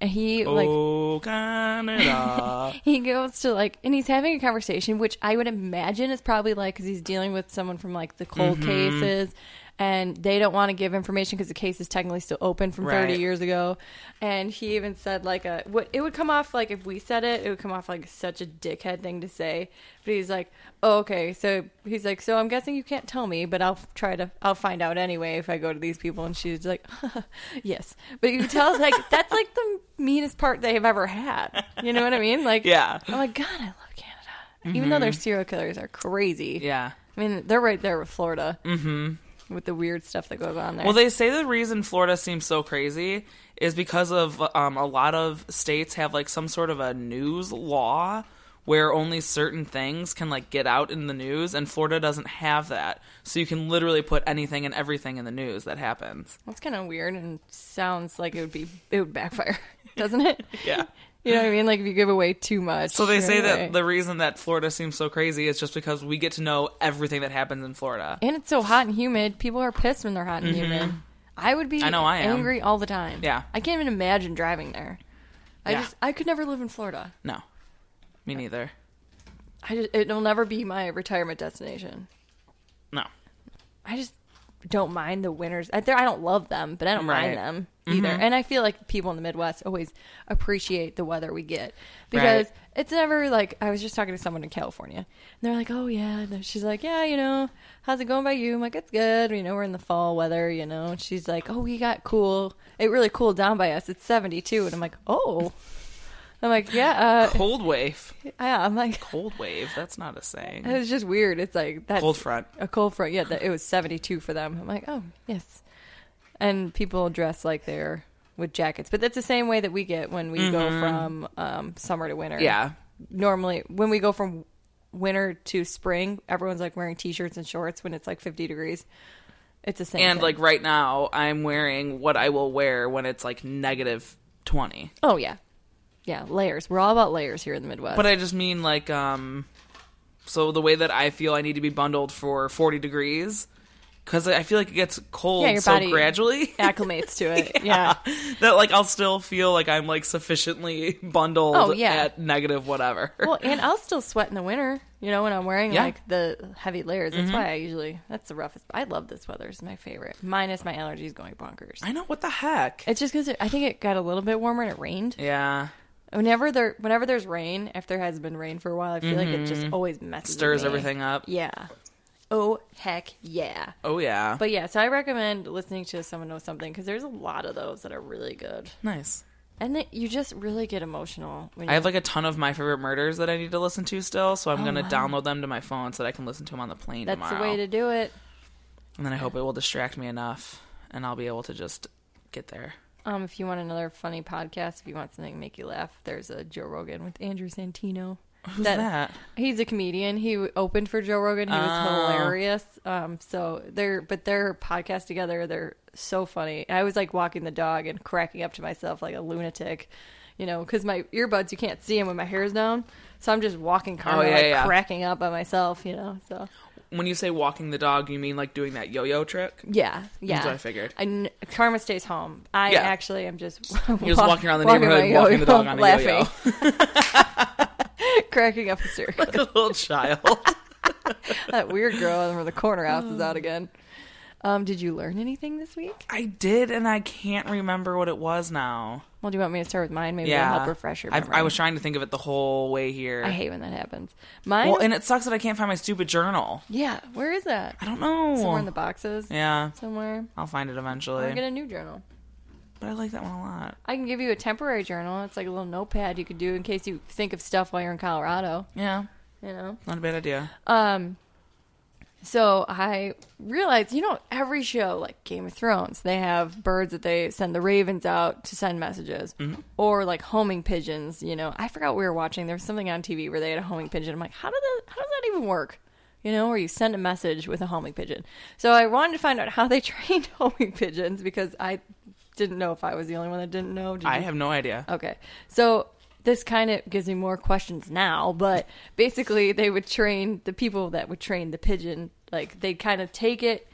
[SPEAKER 2] and he like
[SPEAKER 1] oh, Canada.
[SPEAKER 2] he goes to like and he's having a conversation which i would imagine is probably like because he's dealing with someone from like the cold cases and they don't want to give information because the case is technically still open from 30
[SPEAKER 1] Right.
[SPEAKER 2] years ago and he even said like a what it would come off like if we said it it would come off like such a dickhead thing to say but he's like oh, okay so he's like so i'm guessing you can't tell me but i'll try to i'll find out anyway if i go to these people and she's like yes but you tell like that's like the meanest part they have ever had you know what i mean like
[SPEAKER 1] yeah. Mm-hmm.
[SPEAKER 2] I'm like, God, I love Canada. Even though their serial killers are crazy.
[SPEAKER 1] Yeah.
[SPEAKER 2] I mean, they're right there with Florida. Mm-hmm. With the weird stuff that goes on there.
[SPEAKER 1] Well, they say the reason Florida seems so crazy is because of um, a lot of states have like some sort of a news law where only certain things can like get out in the news, and Florida doesn't have that. So you can literally put anything and everything in the news that happens.
[SPEAKER 2] That's kind of weird and sounds like it would be, it would backfire, doesn't it?
[SPEAKER 1] Yeah.
[SPEAKER 2] You know what I mean? Like if you give away too much.
[SPEAKER 1] So they say
[SPEAKER 2] right?
[SPEAKER 1] that the reason that Florida seems so crazy is just because we get to know everything that happens in Florida.
[SPEAKER 2] And it's so hot and humid. People are pissed when they're hot and humid. I would be
[SPEAKER 1] Mm-hmm. I know I am.
[SPEAKER 2] angry all the time.
[SPEAKER 1] Yeah.
[SPEAKER 2] I can't even imagine driving there. I
[SPEAKER 1] Yeah.
[SPEAKER 2] just, I could never live in Florida.
[SPEAKER 1] No, me neither.
[SPEAKER 2] I just, it'll never be my retirement destination.
[SPEAKER 1] No.
[SPEAKER 2] I just don't mind the winners. I, they're- I don't love them, but I don't
[SPEAKER 1] Right.
[SPEAKER 2] mind them either. And I feel like people in the Midwest always appreciate the weather we get because
[SPEAKER 1] Right.
[SPEAKER 2] it's never like I was just talking to someone in California and they're like, "Oh yeah," and then she's like, "Yeah, you know, how's it going by you?" I'm like, "It's good. You know, we're in the fall weather. You know." And she's like, "Oh, we got cool. It really cooled down by us. It's 72." And I'm like, "Oh." I'm like, "Yeah, uh,
[SPEAKER 1] Cold wave.
[SPEAKER 2] yeah." I'm like,
[SPEAKER 1] Cold wave. That's not a saying.
[SPEAKER 2] it's just weird. It's like that's
[SPEAKER 1] Cold front.
[SPEAKER 2] a cold front. Yeah, that, it was 72 for them. I'm like, oh, yes. And people dress like they're with jackets. But that's the same way that we get when we go from um, summer to winter.
[SPEAKER 1] Mm-hmm. Yeah.
[SPEAKER 2] Normally, when we go from winter to spring, everyone's like wearing t shirts and shorts when it's like 50 degrees. It's the same.
[SPEAKER 1] And
[SPEAKER 2] thing.
[SPEAKER 1] like right now, I'm wearing what I will wear when it's like negative 20.
[SPEAKER 2] oh, yeah. Yeah, layers. We're all about layers here in the Midwest.
[SPEAKER 1] But I just mean like, um, so the way that I feel I need to be bundled for 40 degrees, because I feel like it gets cold
[SPEAKER 2] Yeah, your
[SPEAKER 1] so
[SPEAKER 2] body-
[SPEAKER 1] gradually
[SPEAKER 2] acclimates to it. yeah.
[SPEAKER 1] that like I'll still feel like I'm like sufficiently bundled
[SPEAKER 2] Oh, yeah.
[SPEAKER 1] at negative whatever.
[SPEAKER 2] Well, and I'll still sweat in the winter, you know, when I'm wearing
[SPEAKER 1] Yeah. Mm-hmm.
[SPEAKER 2] like the heavy layers. That's why I usually, that's the roughest. I love this weather. It's my favorite. Minus my allergies going bonkers.
[SPEAKER 1] I know what the heck.
[SPEAKER 2] It's just because I think it got a little bit warmer and it rained.
[SPEAKER 1] yeah,
[SPEAKER 2] Whenever there, whenever there's rain, if there has been rain for a while, I feel like it just always messes with
[SPEAKER 1] Mm-hmm. stirs
[SPEAKER 2] me.
[SPEAKER 1] everything up.
[SPEAKER 2] Yeah. Oh heck yeah!
[SPEAKER 1] Oh yeah,
[SPEAKER 2] But yeah, so I recommend listening to someone know something because there's a lot of those that are really good,
[SPEAKER 1] nice.
[SPEAKER 2] and that you just really get emotional. When you
[SPEAKER 1] I have like a ton of my favorite murders that I need to listen to still, so I'm gonna download them to my phone so that I can listen to them on the plane
[SPEAKER 2] Oh, that's
[SPEAKER 1] tomorrow.
[SPEAKER 2] the way to do it.
[SPEAKER 1] And then I hope it will distract me enough, and I'll be able to just get there.
[SPEAKER 2] Um, if you want another funny podcast, if you want something to make you laugh, there's a Joe Rogan with Andrew Santino.
[SPEAKER 1] Who's that?
[SPEAKER 2] He's a comedian. He opened for Joe Rogan. He was
[SPEAKER 1] Oh.
[SPEAKER 2] hilarious. Um, so they're but their podcast together, they're so funny. I was like walking the dog and cracking up to myself like a lunatic, you know, because my earbuds you can't see them when my hair's down. So I'm just walking car
[SPEAKER 1] Oh, yeah,
[SPEAKER 2] like
[SPEAKER 1] yeah.
[SPEAKER 2] cracking up by myself, you know. So
[SPEAKER 1] When you say walking the dog, you mean like doing that yo-yo trick?
[SPEAKER 2] yeah, yeah.
[SPEAKER 1] what I figured.
[SPEAKER 2] I kn- Karma stays home. I
[SPEAKER 1] Yeah.
[SPEAKER 2] actually am just
[SPEAKER 1] You're just walking around the
[SPEAKER 2] my
[SPEAKER 1] neighborhood,
[SPEAKER 2] yo-yo,
[SPEAKER 1] walking the dog on a
[SPEAKER 2] laughing,
[SPEAKER 1] yo-yo,
[SPEAKER 2] cracking up hysterically.
[SPEAKER 1] like a little child.
[SPEAKER 2] that weird girl from the corner house is out again. Um, did you learn anything this week?
[SPEAKER 1] I did, and I can't remember what it was now.
[SPEAKER 2] Well, do you want me to start with mine? Maybe
[SPEAKER 1] yeah,
[SPEAKER 2] it'll help refresh your
[SPEAKER 1] I,
[SPEAKER 2] memory.
[SPEAKER 1] I was trying to think of it the whole way here.
[SPEAKER 2] I hate when that happens. Mine.
[SPEAKER 1] well, and it sucks that I can't find my stupid journal.
[SPEAKER 2] yeah, where is that?
[SPEAKER 1] I don't know.
[SPEAKER 2] Somewhere in the boxes.
[SPEAKER 1] yeah,
[SPEAKER 2] Somewhere.
[SPEAKER 1] I'll find it eventually.
[SPEAKER 2] Or get a new journal.
[SPEAKER 1] But I like that one a lot.
[SPEAKER 2] I can give you a temporary journal. It's like a little notepad you could do in case you think of stuff while you're in Colorado.
[SPEAKER 1] Yeah,
[SPEAKER 2] You know.
[SPEAKER 1] not a bad idea.
[SPEAKER 2] Um, so I realized, you know, every show like Game of Thrones, they have birds that they send the ravens out to send messages, or like homing pigeons. You know, I forgot we were watching. There was something on TV where they had a homing pigeon. I'm like, how did that? How does that even work? You know, where you send a message with a homing pigeon. So I wanted to find out how they trained homing pigeons because I didn't know if I was the only one that didn't know. Did
[SPEAKER 1] I
[SPEAKER 2] you? Oh.
[SPEAKER 1] have no idea.
[SPEAKER 2] Okay. So this kind of gives me more questions now, but basically they would train the people that would train the pigeon, like they'd kind of take it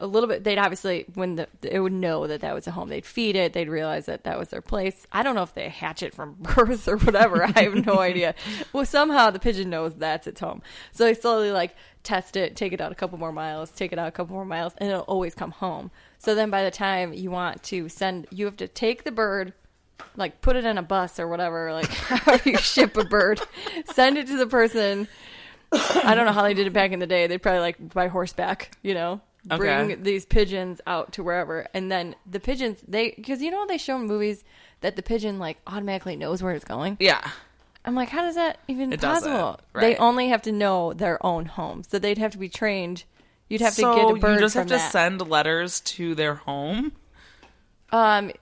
[SPEAKER 2] a little bit. They'd obviously, when the, it would know that that was a home, they'd feed it. They'd realize that that was their place. I don't know if they hatch it from birth or whatever. I have no idea. Well, somehow the pigeon knows that's its home. So they slowly like test it, take it out a couple more miles, take it out a couple more miles, and it'll always come home. So then by the time you want to send, you have to take the bird like put it in a bus or whatever like how you ship a bird send it to the person i don't know how they did it back in the day they'd probably like by horseback you know bring
[SPEAKER 1] Okay.
[SPEAKER 2] these pigeons out to wherever and then the pigeons they because you know they show in movies that the pigeon like automatically knows where it's going
[SPEAKER 1] Yeah,
[SPEAKER 2] i'm like how does that even
[SPEAKER 1] It doesn't,
[SPEAKER 2] possible they
[SPEAKER 1] right.
[SPEAKER 2] only have to know their own home so they'd have to be trained you'd have
[SPEAKER 1] so
[SPEAKER 2] to get a bird
[SPEAKER 1] you just have
[SPEAKER 2] from
[SPEAKER 1] to
[SPEAKER 2] that.
[SPEAKER 1] send letters to their home.
[SPEAKER 2] um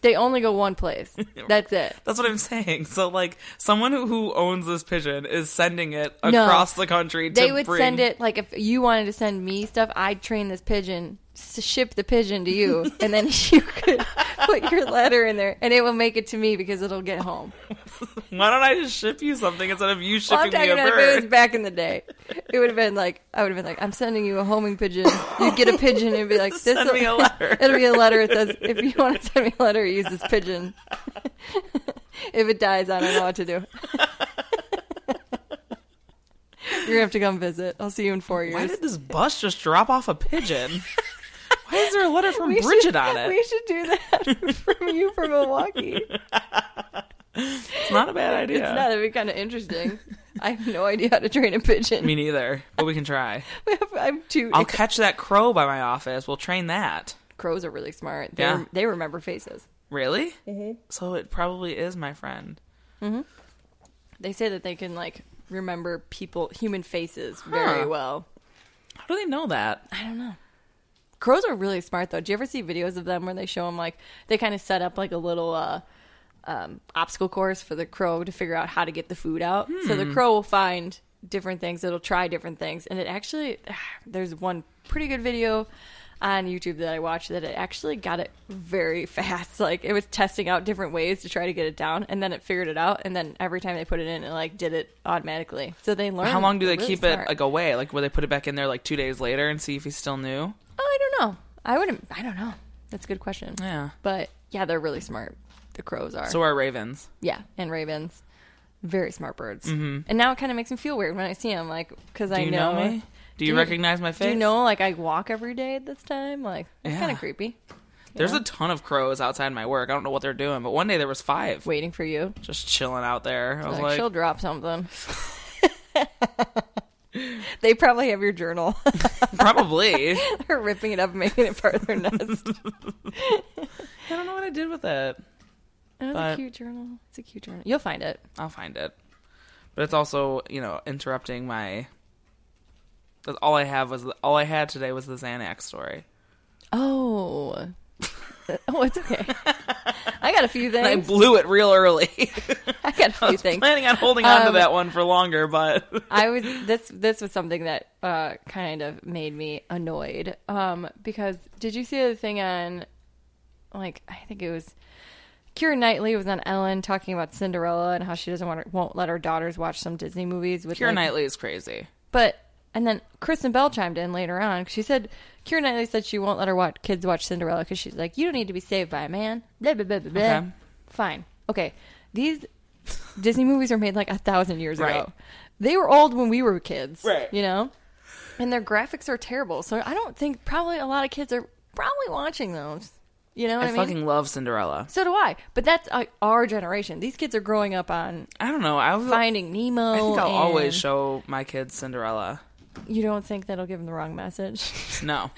[SPEAKER 2] they only go one place that's it
[SPEAKER 1] That's what I'm saying. So, like, someone who, who owns this pigeon is sending it
[SPEAKER 2] No.
[SPEAKER 1] across the country. To
[SPEAKER 2] they would
[SPEAKER 1] bring-
[SPEAKER 2] send it like if you wanted to send me stuff i'd train this pigeon s ship the pigeon to you and then you could put your letter in there and it will make it to me because it'll get home
[SPEAKER 1] Why don't I just ship you something instead of you
[SPEAKER 2] well,
[SPEAKER 1] shipping
[SPEAKER 2] i'm
[SPEAKER 1] me
[SPEAKER 2] talking
[SPEAKER 1] a
[SPEAKER 2] about if it
[SPEAKER 1] bird?
[SPEAKER 2] was back in the day it would have been like i would have been like i'm sending you a homing pigeon you'd get a pigeon and it'd be like this
[SPEAKER 1] Send me a letter.
[SPEAKER 2] it'll be a letter it says if you want to send me a letter use this pigeon if it dies i don't know what to do you're gonna have to come visit i'll see you in four years
[SPEAKER 1] Why did this bus just drop off a pigeon? Why is there a letter from
[SPEAKER 2] We
[SPEAKER 1] Bridget
[SPEAKER 2] should,
[SPEAKER 1] on it?
[SPEAKER 2] We should do that from you from Milwaukee.
[SPEAKER 1] It's not a bad idea.
[SPEAKER 2] It's not, that'd be kind of interesting. I have no idea how to train a pigeon.
[SPEAKER 1] Me neither, but we can try.
[SPEAKER 2] I'm too.
[SPEAKER 1] I'll catch that crow by my office. We'll train that.
[SPEAKER 2] Crows are really smart. They,
[SPEAKER 1] Yeah.
[SPEAKER 2] they remember faces.
[SPEAKER 1] Really? Mm-hmm. So it probably is my friend.
[SPEAKER 2] They say that they can like remember people, human faces very
[SPEAKER 1] Huh.
[SPEAKER 2] well.
[SPEAKER 1] How do they know that?
[SPEAKER 2] I don't know. Crows are really smart though. Do you ever see videos of them where they show them like they kind of set up like a little uh, um, obstacle course for the crow to figure out how to get the food out? So
[SPEAKER 1] Hmm.
[SPEAKER 2] the crow will find different things. It'll try different things, and it actually there's one pretty good video on YouTube that I watched that it actually got it very fast. Like it was testing out different ways to try to get it down, and then it figured it out. And then every time they put it in, it like did it automatically. So they learn.
[SPEAKER 1] How long do they
[SPEAKER 2] They're really
[SPEAKER 1] keep it
[SPEAKER 2] smart.
[SPEAKER 1] like away? Like, will they put it back in there like two days later and see if he's still new?
[SPEAKER 2] Oh, I don't know. I wouldn't. I don't know. That's a good question.
[SPEAKER 1] Yeah.
[SPEAKER 2] But yeah, they're really smart. The crows are.
[SPEAKER 1] So are ravens.
[SPEAKER 2] yeah, and ravens, very smart birds. And now it kind of makes me feel weird when I see them, like because
[SPEAKER 1] Mm-hmm. Do
[SPEAKER 2] I
[SPEAKER 1] you
[SPEAKER 2] know.
[SPEAKER 1] know, me? Do you
[SPEAKER 2] Do you-
[SPEAKER 1] recognize my face?
[SPEAKER 2] Do you know? Like I walk every day at this time. Like it's
[SPEAKER 1] Yeah.
[SPEAKER 2] kind of creepy.
[SPEAKER 1] There's a ton of crows outside my work. I don't know what they're doing, but one day there was five
[SPEAKER 2] Waiting for you.
[SPEAKER 1] just chilling out there. I was
[SPEAKER 2] Like,
[SPEAKER 1] like,
[SPEAKER 2] she'll drop something. they probably have your journal.
[SPEAKER 1] probably. I
[SPEAKER 2] They're ripping it up, and making it part of their nest. Oh, It
[SPEAKER 1] don't know what I did with it.
[SPEAKER 2] was a
[SPEAKER 1] But-
[SPEAKER 2] cute journal. It's a cute journal. You'll find it.
[SPEAKER 1] I'll find it. But it's also, you know, interrupting my. That's all I have was all I had today was the Xanax story.
[SPEAKER 2] Oh. oh, it's okay. I got a few
[SPEAKER 1] And I
[SPEAKER 2] things.
[SPEAKER 1] blew it real early.
[SPEAKER 2] I got a
[SPEAKER 1] I
[SPEAKER 2] few
[SPEAKER 1] was
[SPEAKER 2] things.
[SPEAKER 1] planning on holding on to
[SPEAKER 2] Um,
[SPEAKER 1] that one for longer, but
[SPEAKER 2] I was this this was something that uh kind of made me annoyed. Um because did you see the thing on like I think it was Kira Knightley was on Ellen talking about Cinderella and how she doesn't want her, won't let her daughters watch some Disney movies with
[SPEAKER 1] Keira
[SPEAKER 2] like,
[SPEAKER 1] Knightley is crazy.
[SPEAKER 2] But and then Kristen Bell chimed in later on. She said Kira Knightley said she won't let her watch kids watch Cinderella because she's like, you don't need to be saved by a man. Blah blah blah blah. blah.
[SPEAKER 1] Okay.
[SPEAKER 2] Fine. Okay. These Disney movies were made like a thousand years
[SPEAKER 1] Right.
[SPEAKER 2] ago. They were old when we were kids.
[SPEAKER 1] Right.
[SPEAKER 2] You know? And their graphics are terrible. So I don't think probably a lot of kids are probably watching those. You know what
[SPEAKER 1] I,
[SPEAKER 2] I, mean?
[SPEAKER 1] fucking love Cinderella.
[SPEAKER 2] so do I. But that's uh, our generation. These kids are growing up on
[SPEAKER 1] I don't know. I, was, I
[SPEAKER 2] Finding Nemo.
[SPEAKER 1] think I'll
[SPEAKER 2] and-
[SPEAKER 1] always show my kids Cinderella.
[SPEAKER 2] You don't think that'll give them the wrong message?
[SPEAKER 1] No.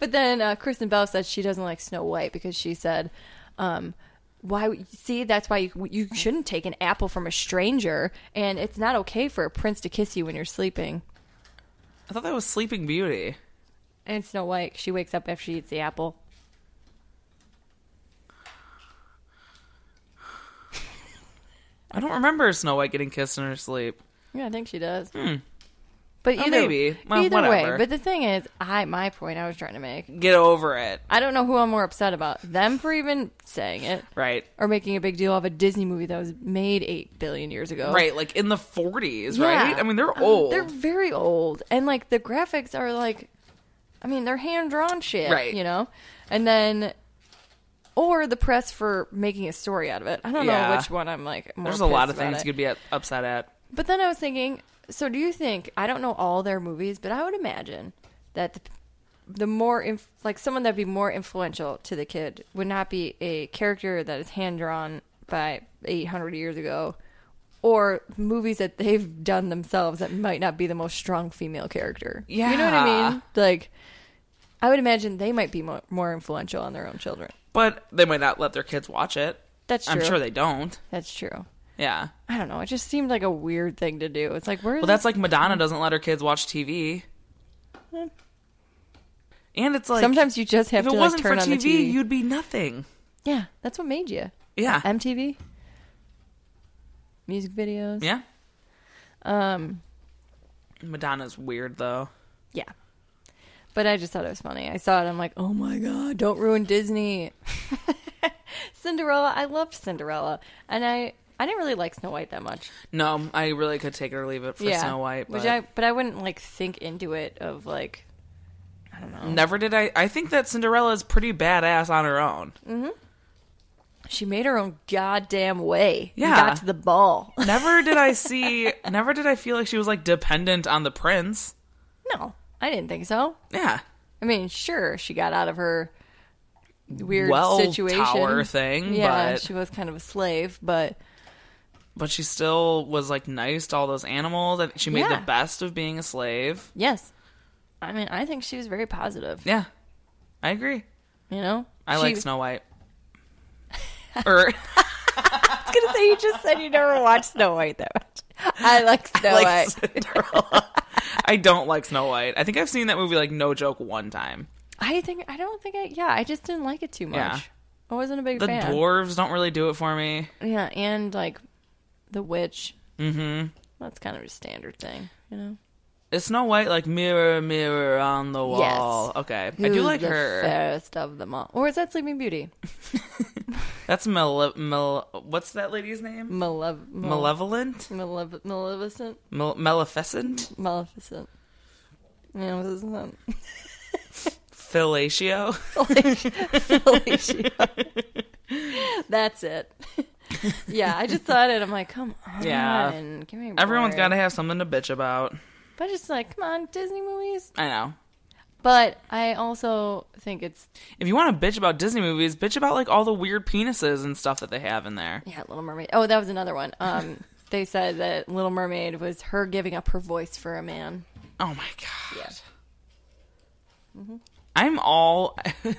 [SPEAKER 2] But then uh, Kristen Bell said she doesn't like Snow White because she said, um, "Why? would- See, that's why you you shouldn't take an apple from a stranger, and it's not okay for a prince to kiss you when you're sleeping."
[SPEAKER 1] I thought that was Sleeping Beauty.
[SPEAKER 2] And Snow White, she wakes up after she eats the apple.
[SPEAKER 1] I don't remember Snow White getting kissed in her sleep.
[SPEAKER 2] Yeah, I think she does. But
[SPEAKER 1] Hmm. Oh,
[SPEAKER 2] either,
[SPEAKER 1] maybe. Well,
[SPEAKER 2] either way,
[SPEAKER 1] whatever.
[SPEAKER 2] but the thing is, I my point I was trying to make.
[SPEAKER 1] Get over it.
[SPEAKER 2] I don't know who I'm more upset about them for even saying it
[SPEAKER 1] Right.
[SPEAKER 2] or making a big deal of a Disney movie that was made eight billion years ago.
[SPEAKER 1] Right. Like in the 40s, right?
[SPEAKER 2] Yeah.
[SPEAKER 1] I mean, they're
[SPEAKER 2] Um,
[SPEAKER 1] old.
[SPEAKER 2] they're very old, and like the graphics are like, I mean, they're hand drawn shit,
[SPEAKER 1] Right.
[SPEAKER 2] You know, and then or the press for making a story out of it. I don't know
[SPEAKER 1] Yeah.
[SPEAKER 2] which one I'm like. More
[SPEAKER 1] There's a lot
[SPEAKER 2] pissed
[SPEAKER 1] of
[SPEAKER 2] about
[SPEAKER 1] things
[SPEAKER 2] it.
[SPEAKER 1] you could be up- upset at.
[SPEAKER 2] But then I was thinking, so do you think I don't know all their movies, but I would imagine that the the more inf- like someone that'd be more influential to the kid would not be a character that is hand drawn by 800 years ago or movies that they've done themselves that might not be the most strong female character. You know what I
[SPEAKER 1] Yeah.
[SPEAKER 2] mean? Like I would imagine they might be more, more influential on their own children.
[SPEAKER 1] But they might not let their kids watch it.
[SPEAKER 2] That's
[SPEAKER 1] I'm
[SPEAKER 2] true.
[SPEAKER 1] sure they don't.
[SPEAKER 2] That's true.
[SPEAKER 1] Yeah.
[SPEAKER 2] I don't know. It just seemed like a weird thing to do. It's like where is
[SPEAKER 1] Well, that's like Madonna doesn't let her kids watch TV. And it's like
[SPEAKER 2] Hmm. Sometimes you just have
[SPEAKER 1] if it
[SPEAKER 2] to like,
[SPEAKER 1] wasn't
[SPEAKER 2] turn
[SPEAKER 1] for
[SPEAKER 2] on
[SPEAKER 1] TV,
[SPEAKER 2] the TV.
[SPEAKER 1] you'd be nothing.
[SPEAKER 2] yeah, that's what made you.
[SPEAKER 1] Yeah.
[SPEAKER 2] MTV, music videos.
[SPEAKER 1] yeah.
[SPEAKER 2] Um,
[SPEAKER 1] Madonna's weird though.
[SPEAKER 2] yeah. But I just thought it was funny. I saw it. I'm like, oh my god, don't ruin Disney. Cinderella. I loved Cinderella, and I I didn't really like Snow White that much.
[SPEAKER 1] No, I really could take it or leave it for Snow White, but
[SPEAKER 2] Which I but I wouldn't like think into it of like
[SPEAKER 1] never did I. I think that Cinderella is pretty badass on her own.
[SPEAKER 2] she made her own goddamn way. and
[SPEAKER 1] Yeah.
[SPEAKER 2] got to the ball.
[SPEAKER 1] Never did I see. Never did I feel like she was like dependent on the prince.
[SPEAKER 2] no, I didn't think so.
[SPEAKER 1] Yeah,
[SPEAKER 2] I mean, sure, she got out of her weird
[SPEAKER 1] well
[SPEAKER 2] situation.
[SPEAKER 1] tower thing,
[SPEAKER 2] yeah,
[SPEAKER 1] but
[SPEAKER 2] she was kind of a slave, but
[SPEAKER 1] but she still was like nice to all those animals. I think she made
[SPEAKER 2] Yeah.
[SPEAKER 1] the best of being a slave.
[SPEAKER 2] yes. I mean, I think she was very positive,
[SPEAKER 1] Yeah, I agree.
[SPEAKER 2] you know?
[SPEAKER 1] I
[SPEAKER 2] She-
[SPEAKER 1] like Snow White. Er, or
[SPEAKER 2] I was going to say, you just said you never watched Snow White that much. I like Snow
[SPEAKER 1] like
[SPEAKER 2] White.
[SPEAKER 1] Cinderella. I don't like Snow White. I think I've seen that movie like no joke one time.
[SPEAKER 2] I think, I don't think I, yeah, I just didn't like it too much.
[SPEAKER 1] Yeah.
[SPEAKER 2] I wasn't a big
[SPEAKER 1] The
[SPEAKER 2] fan.
[SPEAKER 1] dwarves don't really do it for me.
[SPEAKER 2] Yeah, and like the witch. Mm
[SPEAKER 1] Mm-hmm.
[SPEAKER 2] hmm. That's kind of a standard thing, you know?
[SPEAKER 1] Is Snow White like mirror, mirror on the wall? Okay, I do
[SPEAKER 2] Who's
[SPEAKER 1] like
[SPEAKER 2] the
[SPEAKER 1] her.
[SPEAKER 2] Fairest of them all. Or is that Sleeping Beauty?
[SPEAKER 1] That's Male- Male- What's that lady's name?
[SPEAKER 2] Malev-
[SPEAKER 1] Malevolent,
[SPEAKER 2] Malev- Malev- Maleficent?
[SPEAKER 1] Mal- Maleficent,
[SPEAKER 2] Maleficent. Yeah, what is that?
[SPEAKER 1] Fellatio.
[SPEAKER 2] Felicia. That's it. yeah, I just thought it. I'm like, come on.
[SPEAKER 1] Yeah.
[SPEAKER 2] Give me a
[SPEAKER 1] Everyone's got
[SPEAKER 2] break.
[SPEAKER 1] to have something to bitch about.
[SPEAKER 2] But it's like, come on, Disney movies.
[SPEAKER 1] I know.
[SPEAKER 2] But I also think it's,
[SPEAKER 1] If you want to bitch about Disney movies, bitch about like all the weird penises and stuff that they have in there.
[SPEAKER 2] yeah, Little Mermaid. Oh, that was another one. Um, They said that Little Mermaid was her giving up her voice for a man.
[SPEAKER 1] Oh my god. I'm all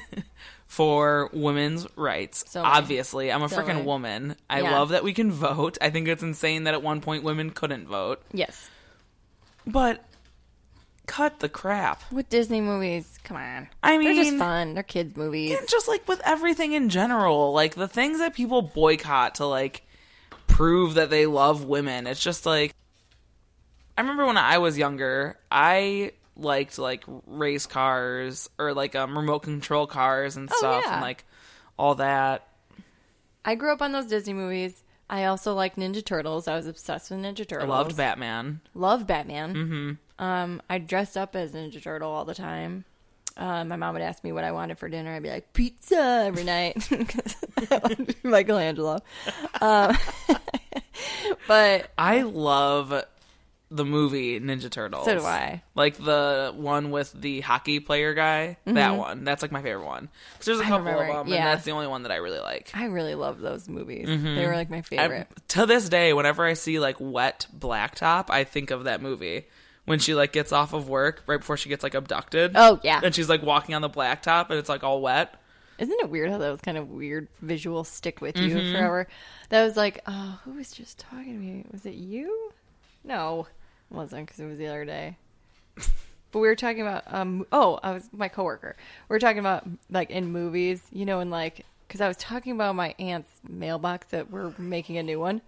[SPEAKER 1] for women's rights.
[SPEAKER 2] So am I.
[SPEAKER 1] Obviously, I'm a
[SPEAKER 2] So am I.
[SPEAKER 1] freaking woman. I
[SPEAKER 2] Yeah.
[SPEAKER 1] love that we can vote. I think it's insane that at one point women couldn't vote.
[SPEAKER 2] Yes.
[SPEAKER 1] But cut the crap.
[SPEAKER 2] With Disney movies, come on.
[SPEAKER 1] I
[SPEAKER 2] they're just
[SPEAKER 1] mean-
[SPEAKER 2] fun. They're kids' movies.
[SPEAKER 1] And just like with everything in general, like the things that people boycott to like prove that they love women, it's just like I remember when I was younger, I liked like race cars or like um, remote control cars and
[SPEAKER 2] Oh,
[SPEAKER 1] stuff
[SPEAKER 2] yeah.
[SPEAKER 1] and like all that.
[SPEAKER 2] I grew up on those Disney movies. I also liked Ninja Turtles. I was obsessed with Ninja
[SPEAKER 1] I
[SPEAKER 2] Turtles.
[SPEAKER 1] loved Batman.
[SPEAKER 2] Loved Batman. Mm-hmm. Um, I dressed up as Ninja Turtle all the time. Uh, my mom would ask me what I wanted for dinner. I'd be like pizza every night. 'Cause I wanted to be Michelangelo. Um, But
[SPEAKER 1] I love the movie Ninja Turtles.
[SPEAKER 2] So do I.
[SPEAKER 1] Like the one with the hockey player guy. That one. That's like my favorite one. 'Cause there's a couple of
[SPEAKER 2] Mm-hmm. remember,
[SPEAKER 1] them, and
[SPEAKER 2] yeah.
[SPEAKER 1] that's the only one that I really like.
[SPEAKER 2] I really love those movies.
[SPEAKER 1] Mm-hmm.
[SPEAKER 2] They were like my
[SPEAKER 1] I'm-
[SPEAKER 2] favorite.
[SPEAKER 1] to this day, whenever I see like wet blacktop, I think of that movie when she like gets off of work right before she gets like abducted.
[SPEAKER 2] Oh, yeah.
[SPEAKER 1] and she's like walking on the blacktop, and it's like all wet.
[SPEAKER 2] Isn't it weird how those kind of weird visuals stick with you forever? That was like, oh, who was just talking to me? Was it you? No, it wasn't because it was the other day. But we were talking about um oh I was my coworker. We were talking about like in movies, you know, and like because I was talking about my aunt's mailbox that we're making a new one,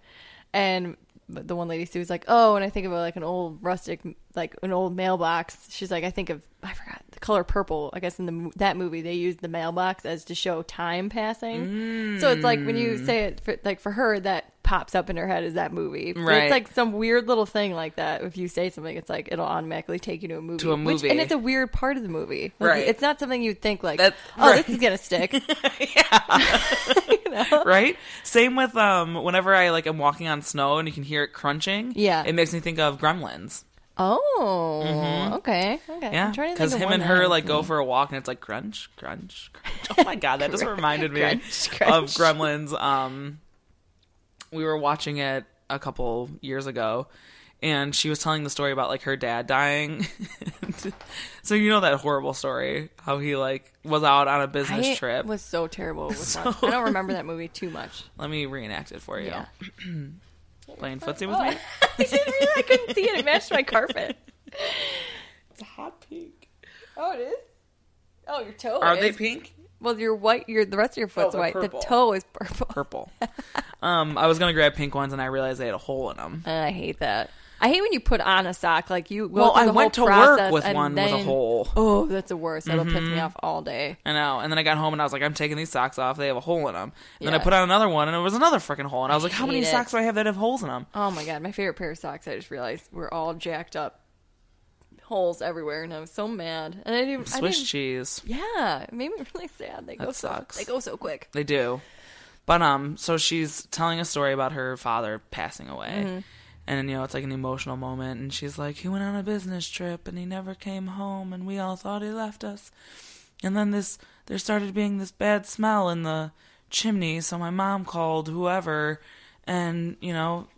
[SPEAKER 2] and the one lady Sue was like, oh, and I think about like an old rustic like an old mailbox. She's like, I think of I forgot the color purple. I guess in the mo- that movie they used the mailbox as to show time passing. So it's like when you say it for, like for her that pops up in her head is that movie. So
[SPEAKER 1] Right.
[SPEAKER 2] it's like some weird little thing like that. If you say something, it's like it'll automatically take you to a movie.
[SPEAKER 1] To a
[SPEAKER 2] which-
[SPEAKER 1] movie.
[SPEAKER 2] and it's a weird part of the movie. Like,
[SPEAKER 1] Right.
[SPEAKER 2] It's not something you'd think like,
[SPEAKER 1] That's-
[SPEAKER 2] oh,
[SPEAKER 1] right.
[SPEAKER 2] this is gonna stick.
[SPEAKER 1] right? Same with um whenever I like am walking on snow and you can hear it crunching.
[SPEAKER 2] Yeah.
[SPEAKER 1] It makes me think of Gremlins.
[SPEAKER 2] oh, okay, okay.
[SPEAKER 1] Mm-hmm. Yeah.
[SPEAKER 2] I'm trying to
[SPEAKER 1] Because
[SPEAKER 2] think of
[SPEAKER 1] him
[SPEAKER 2] one
[SPEAKER 1] and
[SPEAKER 2] that
[SPEAKER 1] her
[SPEAKER 2] has-
[SPEAKER 1] like go for a walk and it's like crunch, crunch, crunch. Oh my god, that just reminded me
[SPEAKER 2] Crunch,
[SPEAKER 1] of
[SPEAKER 2] crunch.
[SPEAKER 1] Gremlins. Um we were watching it a couple years ago and she was telling the story about like her dad dying. so you know that horrible story how he like was out on a business
[SPEAKER 2] I
[SPEAKER 1] trip.
[SPEAKER 2] was so terrible. With lunch. I don't remember that movie too much.
[SPEAKER 1] Let me reenact it for you.
[SPEAKER 2] Yeah.
[SPEAKER 1] Playing footsie
[SPEAKER 2] Oh,
[SPEAKER 1] with me.
[SPEAKER 2] I didn't realize I couldn't see it. It matched my carpet.
[SPEAKER 1] It's hot pink.
[SPEAKER 2] Oh, it is. Oh, your toe.
[SPEAKER 1] Are
[SPEAKER 2] is.
[SPEAKER 1] they pink?
[SPEAKER 2] Well, your white. Your the rest of your foot's
[SPEAKER 1] they're
[SPEAKER 2] white.
[SPEAKER 1] purple.
[SPEAKER 2] The toe is purple.
[SPEAKER 1] Purple. um, I was gonna grab pink ones, and I realized they had a hole in them.
[SPEAKER 2] I hate that. I hate when you put on a sock. Like you. go
[SPEAKER 1] Well,
[SPEAKER 2] through
[SPEAKER 1] I
[SPEAKER 2] the
[SPEAKER 1] went to
[SPEAKER 2] whole
[SPEAKER 1] work
[SPEAKER 2] process
[SPEAKER 1] with
[SPEAKER 2] and
[SPEAKER 1] one with a
[SPEAKER 2] then-
[SPEAKER 1] hole.
[SPEAKER 2] Oh, that's the worst. That'll piss me off all day.
[SPEAKER 1] I know. And then I got home and I was like, I'm taking these socks off. They have a hole in them. And Then I
[SPEAKER 2] Yeah.
[SPEAKER 1] put on another one, and it was another freaking hole. And I was like, How many
[SPEAKER 2] hate it.
[SPEAKER 1] socks do I have that have holes in them?
[SPEAKER 2] Oh my god, my favorite pair of socks. I just realized were all jacked up, holes everywhere, and I was so mad. And I didn't. I
[SPEAKER 1] Swiss
[SPEAKER 2] didn't-
[SPEAKER 1] cheese.
[SPEAKER 2] yeah, it made me really sad. They go so,
[SPEAKER 1] sucks.
[SPEAKER 2] They go so quick.
[SPEAKER 1] They do. But um, so she's telling a story about her father passing away. And you know, it's like an emotional moment and she's like, He went on a business trip and he never came home and we all thought he left us. And then this there started being this bad smell in the chimney, so my mom called whoever and, you know,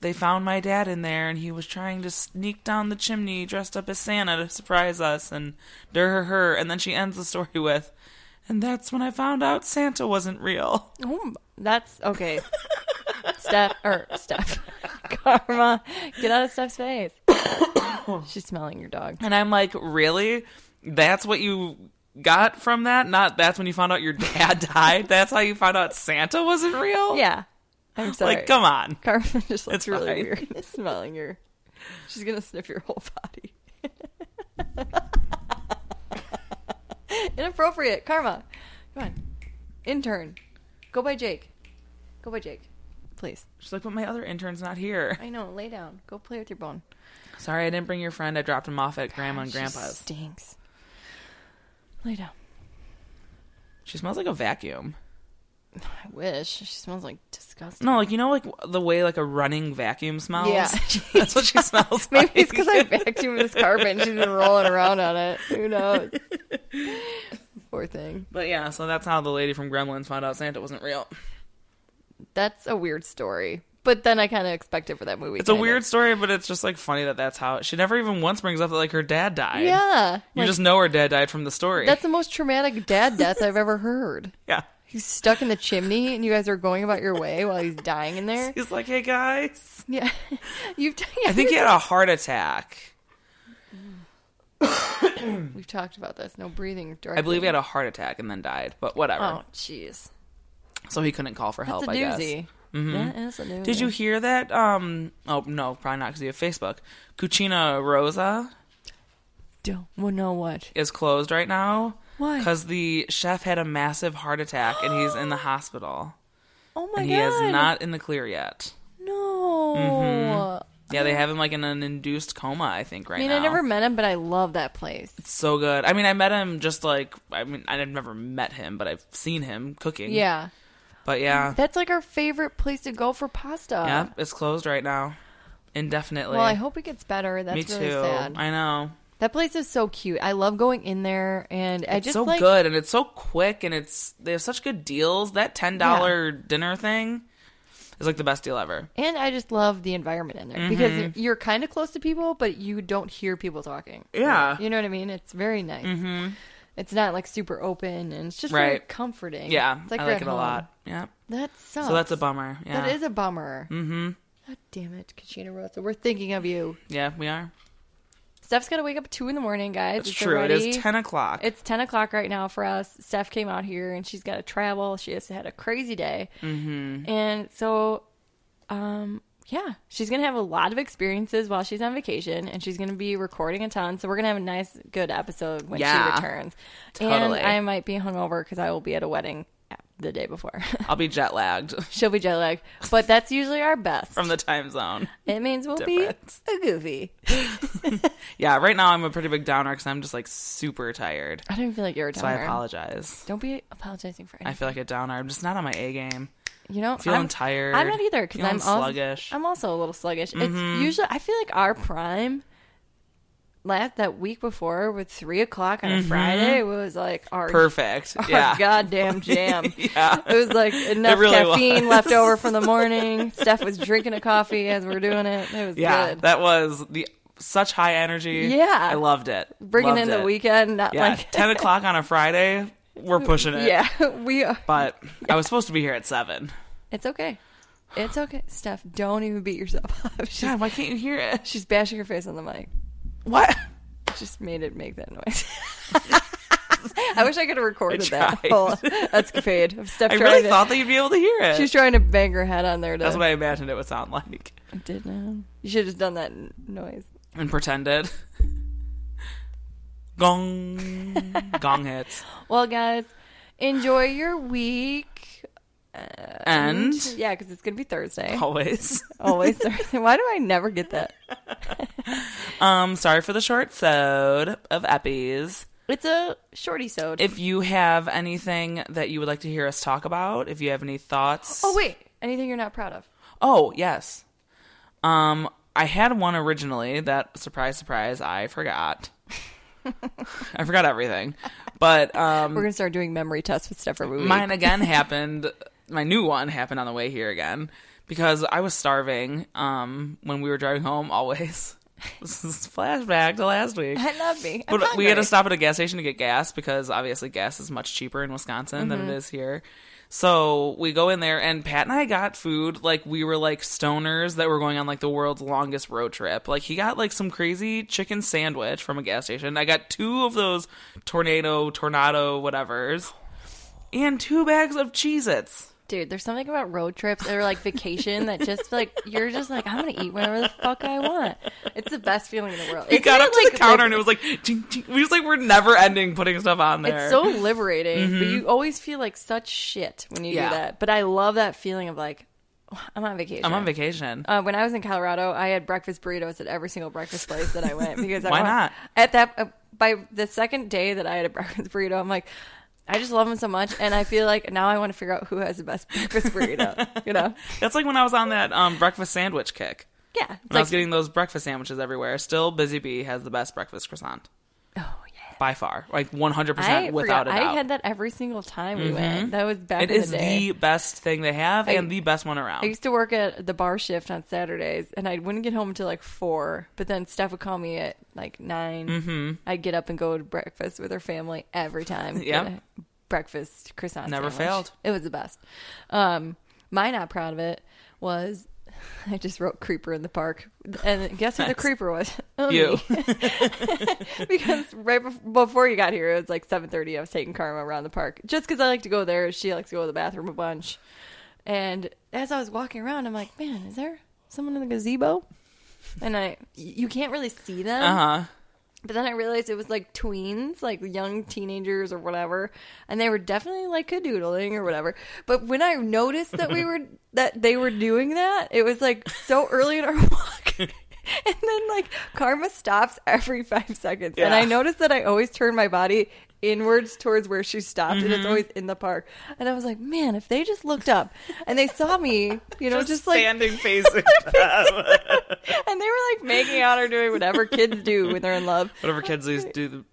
[SPEAKER 1] they found my dad in there and he was trying to sneak down the chimney dressed up as Santa to surprise us and der her her and then she ends the story with and that's when I found out Santa wasn't real.
[SPEAKER 2] Oh, m- that's okay. Steph or Steph, Karma, get out of Steph's face. She's smelling your dog.
[SPEAKER 1] And I'm like, really? That's what you got from that? Not that's when you found out your dad died? That's how you found out Santa wasn't real?
[SPEAKER 2] Yeah, I'm sorry.
[SPEAKER 1] Oh. Like, come on.
[SPEAKER 2] Carmen just looks
[SPEAKER 1] It's
[SPEAKER 2] really
[SPEAKER 1] fine.
[SPEAKER 2] weird smelling your. She's gonna sniff your whole body. Inappropriate, Karma. Come on, intern. Go by Jake. Go by Jake, please.
[SPEAKER 1] She's like, but my other intern's not here.
[SPEAKER 2] I know. Lay down. Go play with your bone.
[SPEAKER 1] Sorry, I didn't bring your friend. I dropped him off at grandma and
[SPEAKER 2] She
[SPEAKER 1] grandpa's.
[SPEAKER 2] stinks. Lay down.
[SPEAKER 1] She smells like a vacuum.
[SPEAKER 2] I wish she smells like disgusting.
[SPEAKER 1] No, like, you know, like the way like a running vacuum smells?
[SPEAKER 2] Yeah.
[SPEAKER 1] that's what she smells
[SPEAKER 2] Maybe it's
[SPEAKER 1] like.
[SPEAKER 2] because I vacuumed this carpet and she's been rolling around on it. Who knows? Poor thing.
[SPEAKER 1] But yeah, so that's how the lady from Gremlins found out Santa wasn't real.
[SPEAKER 2] That's a weird story. But then I kind of expect it for that movie.
[SPEAKER 1] It's a
[SPEAKER 2] kinda.
[SPEAKER 1] weird story, but it's just like funny that that's how she never even once brings up that like her dad died.
[SPEAKER 2] Yeah.
[SPEAKER 1] You
[SPEAKER 2] Like,
[SPEAKER 1] just know her dad died from the story.
[SPEAKER 2] that's the most traumatic dad death I've ever heard.
[SPEAKER 1] yeah.
[SPEAKER 2] He's stuck in the chimney and you guys are going about your way while he's dying in there.
[SPEAKER 1] He's like, hey guys.
[SPEAKER 2] Yeah. You've
[SPEAKER 1] I think he had a heart attack.
[SPEAKER 2] we've talked about this. No breathing directly.
[SPEAKER 1] I believe he had a heart attack and then died, but whatever.
[SPEAKER 2] Oh, jeez.
[SPEAKER 1] So he couldn't call for help,
[SPEAKER 2] That's a
[SPEAKER 1] I guess. Mm-hmm.
[SPEAKER 2] doozy. That is a doozy.
[SPEAKER 1] Did you hear that? Um, oh no, probably not because you have Facebook. Cucina Rosa
[SPEAKER 2] don't well, know what?
[SPEAKER 1] is closed right now
[SPEAKER 2] Why?
[SPEAKER 1] because the chef had a massive heart attack and he's in the hospital
[SPEAKER 2] Oh my
[SPEAKER 1] and
[SPEAKER 2] god.
[SPEAKER 1] he is not in the clear yet.
[SPEAKER 2] No.
[SPEAKER 1] Yeah, they have him like in an induced coma, I Mm-hmm. think, right
[SPEAKER 2] Oh. I mean,
[SPEAKER 1] now.
[SPEAKER 2] I never met him, but I love that place.
[SPEAKER 1] so good. I mean, I met him just like I mean, I've never met him, but I've seen him cooking.
[SPEAKER 2] Yeah.
[SPEAKER 1] But yeah,
[SPEAKER 2] That's like our favorite place to go for pasta.
[SPEAKER 1] yeah, it's closed right now, indefinitely.
[SPEAKER 2] Well, I hope it gets better. That's
[SPEAKER 1] Me
[SPEAKER 2] really
[SPEAKER 1] too.
[SPEAKER 2] sad.
[SPEAKER 1] I know.
[SPEAKER 2] That place is so cute. I love going in there, and I
[SPEAKER 1] It's
[SPEAKER 2] just
[SPEAKER 1] so
[SPEAKER 2] like
[SPEAKER 1] good and it's so quick and it's they have such good deals. That ten dollar dinner thing is like the best deal ever.
[SPEAKER 2] And I just love the environment in there because
[SPEAKER 1] Mm-hmm.
[SPEAKER 2] you're kind of close to people, but you don't hear people talking.
[SPEAKER 1] Yeah. Mm-hmm.
[SPEAKER 2] You know what I mean? It's very nice. It's not like super open and it's just very
[SPEAKER 1] Right.
[SPEAKER 2] comforting.
[SPEAKER 1] Yeah,
[SPEAKER 2] It's like
[SPEAKER 1] I
[SPEAKER 2] you're
[SPEAKER 1] like
[SPEAKER 2] at
[SPEAKER 1] it a
[SPEAKER 2] home.
[SPEAKER 1] lot. Yeah,
[SPEAKER 2] That sucks.
[SPEAKER 1] so that's a bummer. Yeah,
[SPEAKER 2] That is a bummer. Mm-hmm. God damn it, Katrina Rosa. We're thinking of you.
[SPEAKER 1] yeah, we are.
[SPEAKER 2] Steph's got to wake up at 2 in the morning, guys.
[SPEAKER 1] It's true. It
[SPEAKER 2] already-
[SPEAKER 1] is ten o'clock.
[SPEAKER 2] It's 10 o'clock right now for us. Steph came out here and she's got to travel. She has had a crazy day. Mm-hmm. And so, um, yeah, she's going to have a lot of experiences while she's on vacation and she's going to be recording a ton. So, we're going to have a nice, good episode when
[SPEAKER 1] Yeah.
[SPEAKER 2] she returns.
[SPEAKER 1] Totally.
[SPEAKER 2] And I might be hungover because I will be at a wedding the day before.
[SPEAKER 1] I'll be jet lagged
[SPEAKER 2] She'll be jet lagged, but that's usually our best.
[SPEAKER 1] from the time zone.
[SPEAKER 2] it means we'll
[SPEAKER 1] Difference.
[SPEAKER 2] be a goofy.
[SPEAKER 1] Yeah, right now I'm a pretty big downer because I'm just like super tired.
[SPEAKER 2] I don't feel like you're a
[SPEAKER 1] So I
[SPEAKER 2] downer.
[SPEAKER 1] apologize.
[SPEAKER 2] Don't be apologizing for anything.
[SPEAKER 1] I feel like a downer. I'm just not on my A game.
[SPEAKER 2] You know,
[SPEAKER 1] Feeling
[SPEAKER 2] I'm,
[SPEAKER 1] tired.
[SPEAKER 2] I'm not either because
[SPEAKER 1] Feeling
[SPEAKER 2] I'm also,
[SPEAKER 1] sluggish. Mm-hmm.
[SPEAKER 2] I'm also a little sluggish. It's usually I feel like our prime last that week before with three o'clock on a Friday was like our,
[SPEAKER 1] Perfect.
[SPEAKER 2] our
[SPEAKER 1] Mm-hmm. yeah.
[SPEAKER 2] goddamn jam.
[SPEAKER 1] Yeah.
[SPEAKER 2] It was like enough
[SPEAKER 1] really
[SPEAKER 2] caffeine
[SPEAKER 1] was.
[SPEAKER 2] left over from the morning. Steph was drinking a coffee as we were doing it. It was
[SPEAKER 1] Yeah.
[SPEAKER 2] good.
[SPEAKER 1] That was the such high energy.
[SPEAKER 2] Yeah.
[SPEAKER 1] I loved it.
[SPEAKER 2] Bringing
[SPEAKER 1] Loved
[SPEAKER 2] in the
[SPEAKER 1] it.
[SPEAKER 2] weekend, not
[SPEAKER 1] Yeah.
[SPEAKER 2] like
[SPEAKER 1] Ten o'clock on a Friday, we're pushing it.
[SPEAKER 2] yeah, we are.
[SPEAKER 1] But I was supposed to be here at seven.
[SPEAKER 2] It's okay. It's okay, Steph. Don't even beat yourself up. She's,
[SPEAKER 1] God, why can't you hear it?
[SPEAKER 2] she's bashing her face on the mic.
[SPEAKER 1] What?
[SPEAKER 2] just made it make that noise. I wish I could have recorded
[SPEAKER 1] I
[SPEAKER 2] that
[SPEAKER 1] tried.
[SPEAKER 2] whole escapade of Steph
[SPEAKER 1] I
[SPEAKER 2] trying
[SPEAKER 1] really
[SPEAKER 2] to.
[SPEAKER 1] thought that you'd be able to hear it.
[SPEAKER 2] she was trying to bang her head on there. To,
[SPEAKER 1] That's what I imagined it would sound like.
[SPEAKER 2] did now. You should have done that n- noise.
[SPEAKER 1] And pretended. Gong. Gong hits.
[SPEAKER 2] Well, guys, enjoy your week. Uh,
[SPEAKER 1] And
[SPEAKER 2] Yeah, because it's gonna be Thursday.
[SPEAKER 1] always.
[SPEAKER 2] Always Thursday. Why do I never get that?
[SPEAKER 1] Um, sorry for the short sode of Eppies.
[SPEAKER 2] It's a shorty sode.
[SPEAKER 1] If you have anything that you would like to hear us talk about, if you have any thoughts,
[SPEAKER 2] oh wait, anything you're not proud of?
[SPEAKER 1] oh yes, um, I had one originally that surprise, surprise, I forgot. I forgot everything, but um,
[SPEAKER 2] We're gonna start doing memory tests with Steph for week.
[SPEAKER 1] Mine again happened. My new one happened on the way here again because I was starving um, when we were driving home. Always, this is flashback to last week.
[SPEAKER 2] I love me. I'm
[SPEAKER 1] But we had
[SPEAKER 2] hungry.
[SPEAKER 1] to stop at a gas station to get gas because obviously gas is much cheaper in Wisconsin
[SPEAKER 2] Mm-hmm.
[SPEAKER 1] than it is here. So we go in there, and Pat and I got food like we were like stoners that were going on like the world's longest road trip. Like he got like some crazy chicken sandwich from a gas station. I got two of those tornado, tornado, whatever's, and two bags of Cheez Its.
[SPEAKER 2] Dude, there's something about road trips or like vacation that just like you're just like I'm gonna eat whatever the fuck I want. It's the best feeling in the world.
[SPEAKER 1] We got up to the counter, and it was like, ching, ching. we just like we're never ending putting stuff on there. Mm-hmm.
[SPEAKER 2] it's so liberating, but you always feel like such shit when you
[SPEAKER 1] Yeah.
[SPEAKER 2] do that. But I love that feeling of like I'm on vacation.
[SPEAKER 1] I'm on vacation.
[SPEAKER 2] Uh, when I was in Colorado, I had breakfast burritos at every single breakfast place that I went because I
[SPEAKER 1] Why
[SPEAKER 2] wa-
[SPEAKER 1] not?
[SPEAKER 2] At that uh, by the second day that I had a breakfast burrito, I'm like, I just love them so much, and I feel like now I want to figure out who has the best breakfast burrito. you know?
[SPEAKER 1] That's like when I was on that um, breakfast sandwich kick.
[SPEAKER 2] Yeah. It's
[SPEAKER 1] When I was getting those breakfast sandwiches everywhere. Still, Busy Bee has the best breakfast croissant
[SPEAKER 2] oh yeah.
[SPEAKER 1] by far, like 100
[SPEAKER 2] I
[SPEAKER 1] percent without
[SPEAKER 2] forgot.
[SPEAKER 1] a doubt. Mm-hmm.
[SPEAKER 2] I had that every single time we went. That was back
[SPEAKER 1] it
[SPEAKER 2] in
[SPEAKER 1] is
[SPEAKER 2] the day.
[SPEAKER 1] the best thing they have
[SPEAKER 2] I-
[SPEAKER 1] and the best one around.
[SPEAKER 2] I used to work at the bar shift on Saturdays, and I wouldn't get home until like four. But then Steph would call me at like 9 Mm-hmm. I'd get up and go to breakfast with her family every time.
[SPEAKER 1] Yeah.
[SPEAKER 2] Get a Breakfast croissant.
[SPEAKER 1] Never
[SPEAKER 2] sandwich.
[SPEAKER 1] failed.
[SPEAKER 2] It was the best. Um, my not proud of it was. I just wrote creeper in the park, and guess who the creeper was? Oh, me.
[SPEAKER 1] you,
[SPEAKER 2] because right bef- before you got here, it was like seven thirty. I was taking Karma around the park just because I like to go there. She likes to go to the bathroom a bunch, and as I was walking around, I'm like, "Man, is there someone in the gazebo?" And I, you can't really see them.
[SPEAKER 1] uh huh.
[SPEAKER 2] But then I realized it was like tweens, like young teenagers or whatever, and they were definitely like cadoodling or whatever. But when I noticed that we were that they were doing that, it was like so early in our walk. And then like karma stops every five seconds. And
[SPEAKER 1] Yeah.
[SPEAKER 2] I noticed that I always turn my body inwards towards where she stopped and it's always in the park. And I was like, man, if they just looked up and they saw me, you know, just, like
[SPEAKER 1] standing facing
[SPEAKER 2] and they were like making out or doing whatever kids do when they're in love.
[SPEAKER 1] whatever kids these do.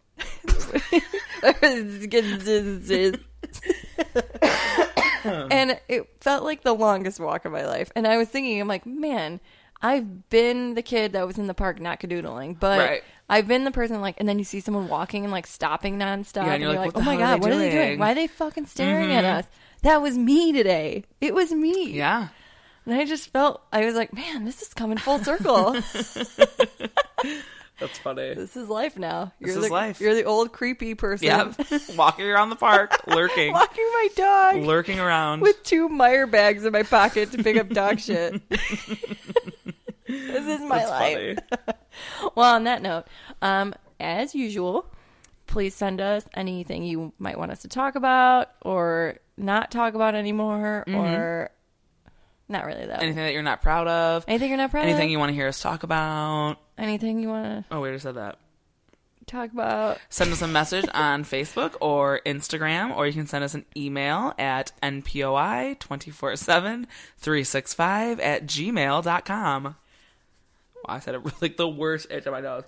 [SPEAKER 2] and it felt like the longest walk of my life. And I was thinking, I'm like, man, I've been the kid that was in the park not cadoodling, but
[SPEAKER 1] Right.
[SPEAKER 2] I've been the person like, and then you see someone walking and like stopping nonstop,
[SPEAKER 1] Yeah,
[SPEAKER 2] and you're, like, oh my
[SPEAKER 1] "What the hell
[SPEAKER 2] god, what are they doing?
[SPEAKER 1] doing? Mm-hmm.
[SPEAKER 2] Why are they fucking staring at us? That was me today. It was me.
[SPEAKER 1] Yeah,
[SPEAKER 2] And I just felt, I was like, man, this is coming full circle.
[SPEAKER 1] that's funny.
[SPEAKER 2] this is life now. You're
[SPEAKER 1] is
[SPEAKER 2] the,
[SPEAKER 1] life.
[SPEAKER 2] You're the old creepy person.
[SPEAKER 1] Yep, walking around the park, lurking,
[SPEAKER 2] Walking my dog.
[SPEAKER 1] lurking around.
[SPEAKER 2] with two Meyer bags in my pocket to pick up dog shit. this is my
[SPEAKER 1] That's
[SPEAKER 2] life.
[SPEAKER 1] funny.
[SPEAKER 2] Well, on that note, um, as usual, please send us anything you might want us to talk about or not talk about anymore,
[SPEAKER 1] Mm-hmm.
[SPEAKER 2] or not really though. Anything,
[SPEAKER 1] Anything that you're not proud of.
[SPEAKER 2] you're not proud
[SPEAKER 1] Anything
[SPEAKER 2] of?
[SPEAKER 1] you want to hear us talk about.
[SPEAKER 2] anything you want
[SPEAKER 1] Oh, we already said that.
[SPEAKER 2] to talk about?
[SPEAKER 1] Send us a message on Facebook or Instagram, or you can send us an email at npoi 247 at gmail.com. Wow, I said it with, like the worst itch of my nose.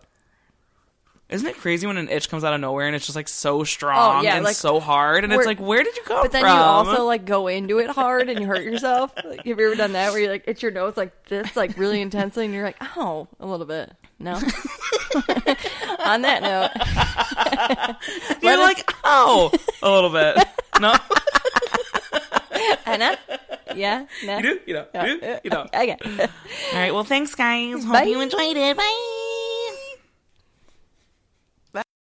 [SPEAKER 1] Isn't it crazy when an itch comes out of nowhere and it's just like so strong
[SPEAKER 2] Oh, yeah,
[SPEAKER 1] and
[SPEAKER 2] like-
[SPEAKER 1] so hard? And it's
[SPEAKER 2] Where-
[SPEAKER 1] like, where did you come
[SPEAKER 2] But then
[SPEAKER 1] from?
[SPEAKER 2] you also like go into it hard and you hurt yourself. Like, have you ever done that where you like itch your nose like this, like really intensely, and you're like, ow, a little bit. No. On that note,
[SPEAKER 1] You're
[SPEAKER 2] let us-
[SPEAKER 1] like, oh, a little bit. No,
[SPEAKER 2] Anna, yeah, no,
[SPEAKER 1] you do, you know, you do, you know.
[SPEAKER 2] okay.
[SPEAKER 1] All right, well, thanks, guys. Hope
[SPEAKER 2] Bye.
[SPEAKER 1] you enjoyed it. Bye.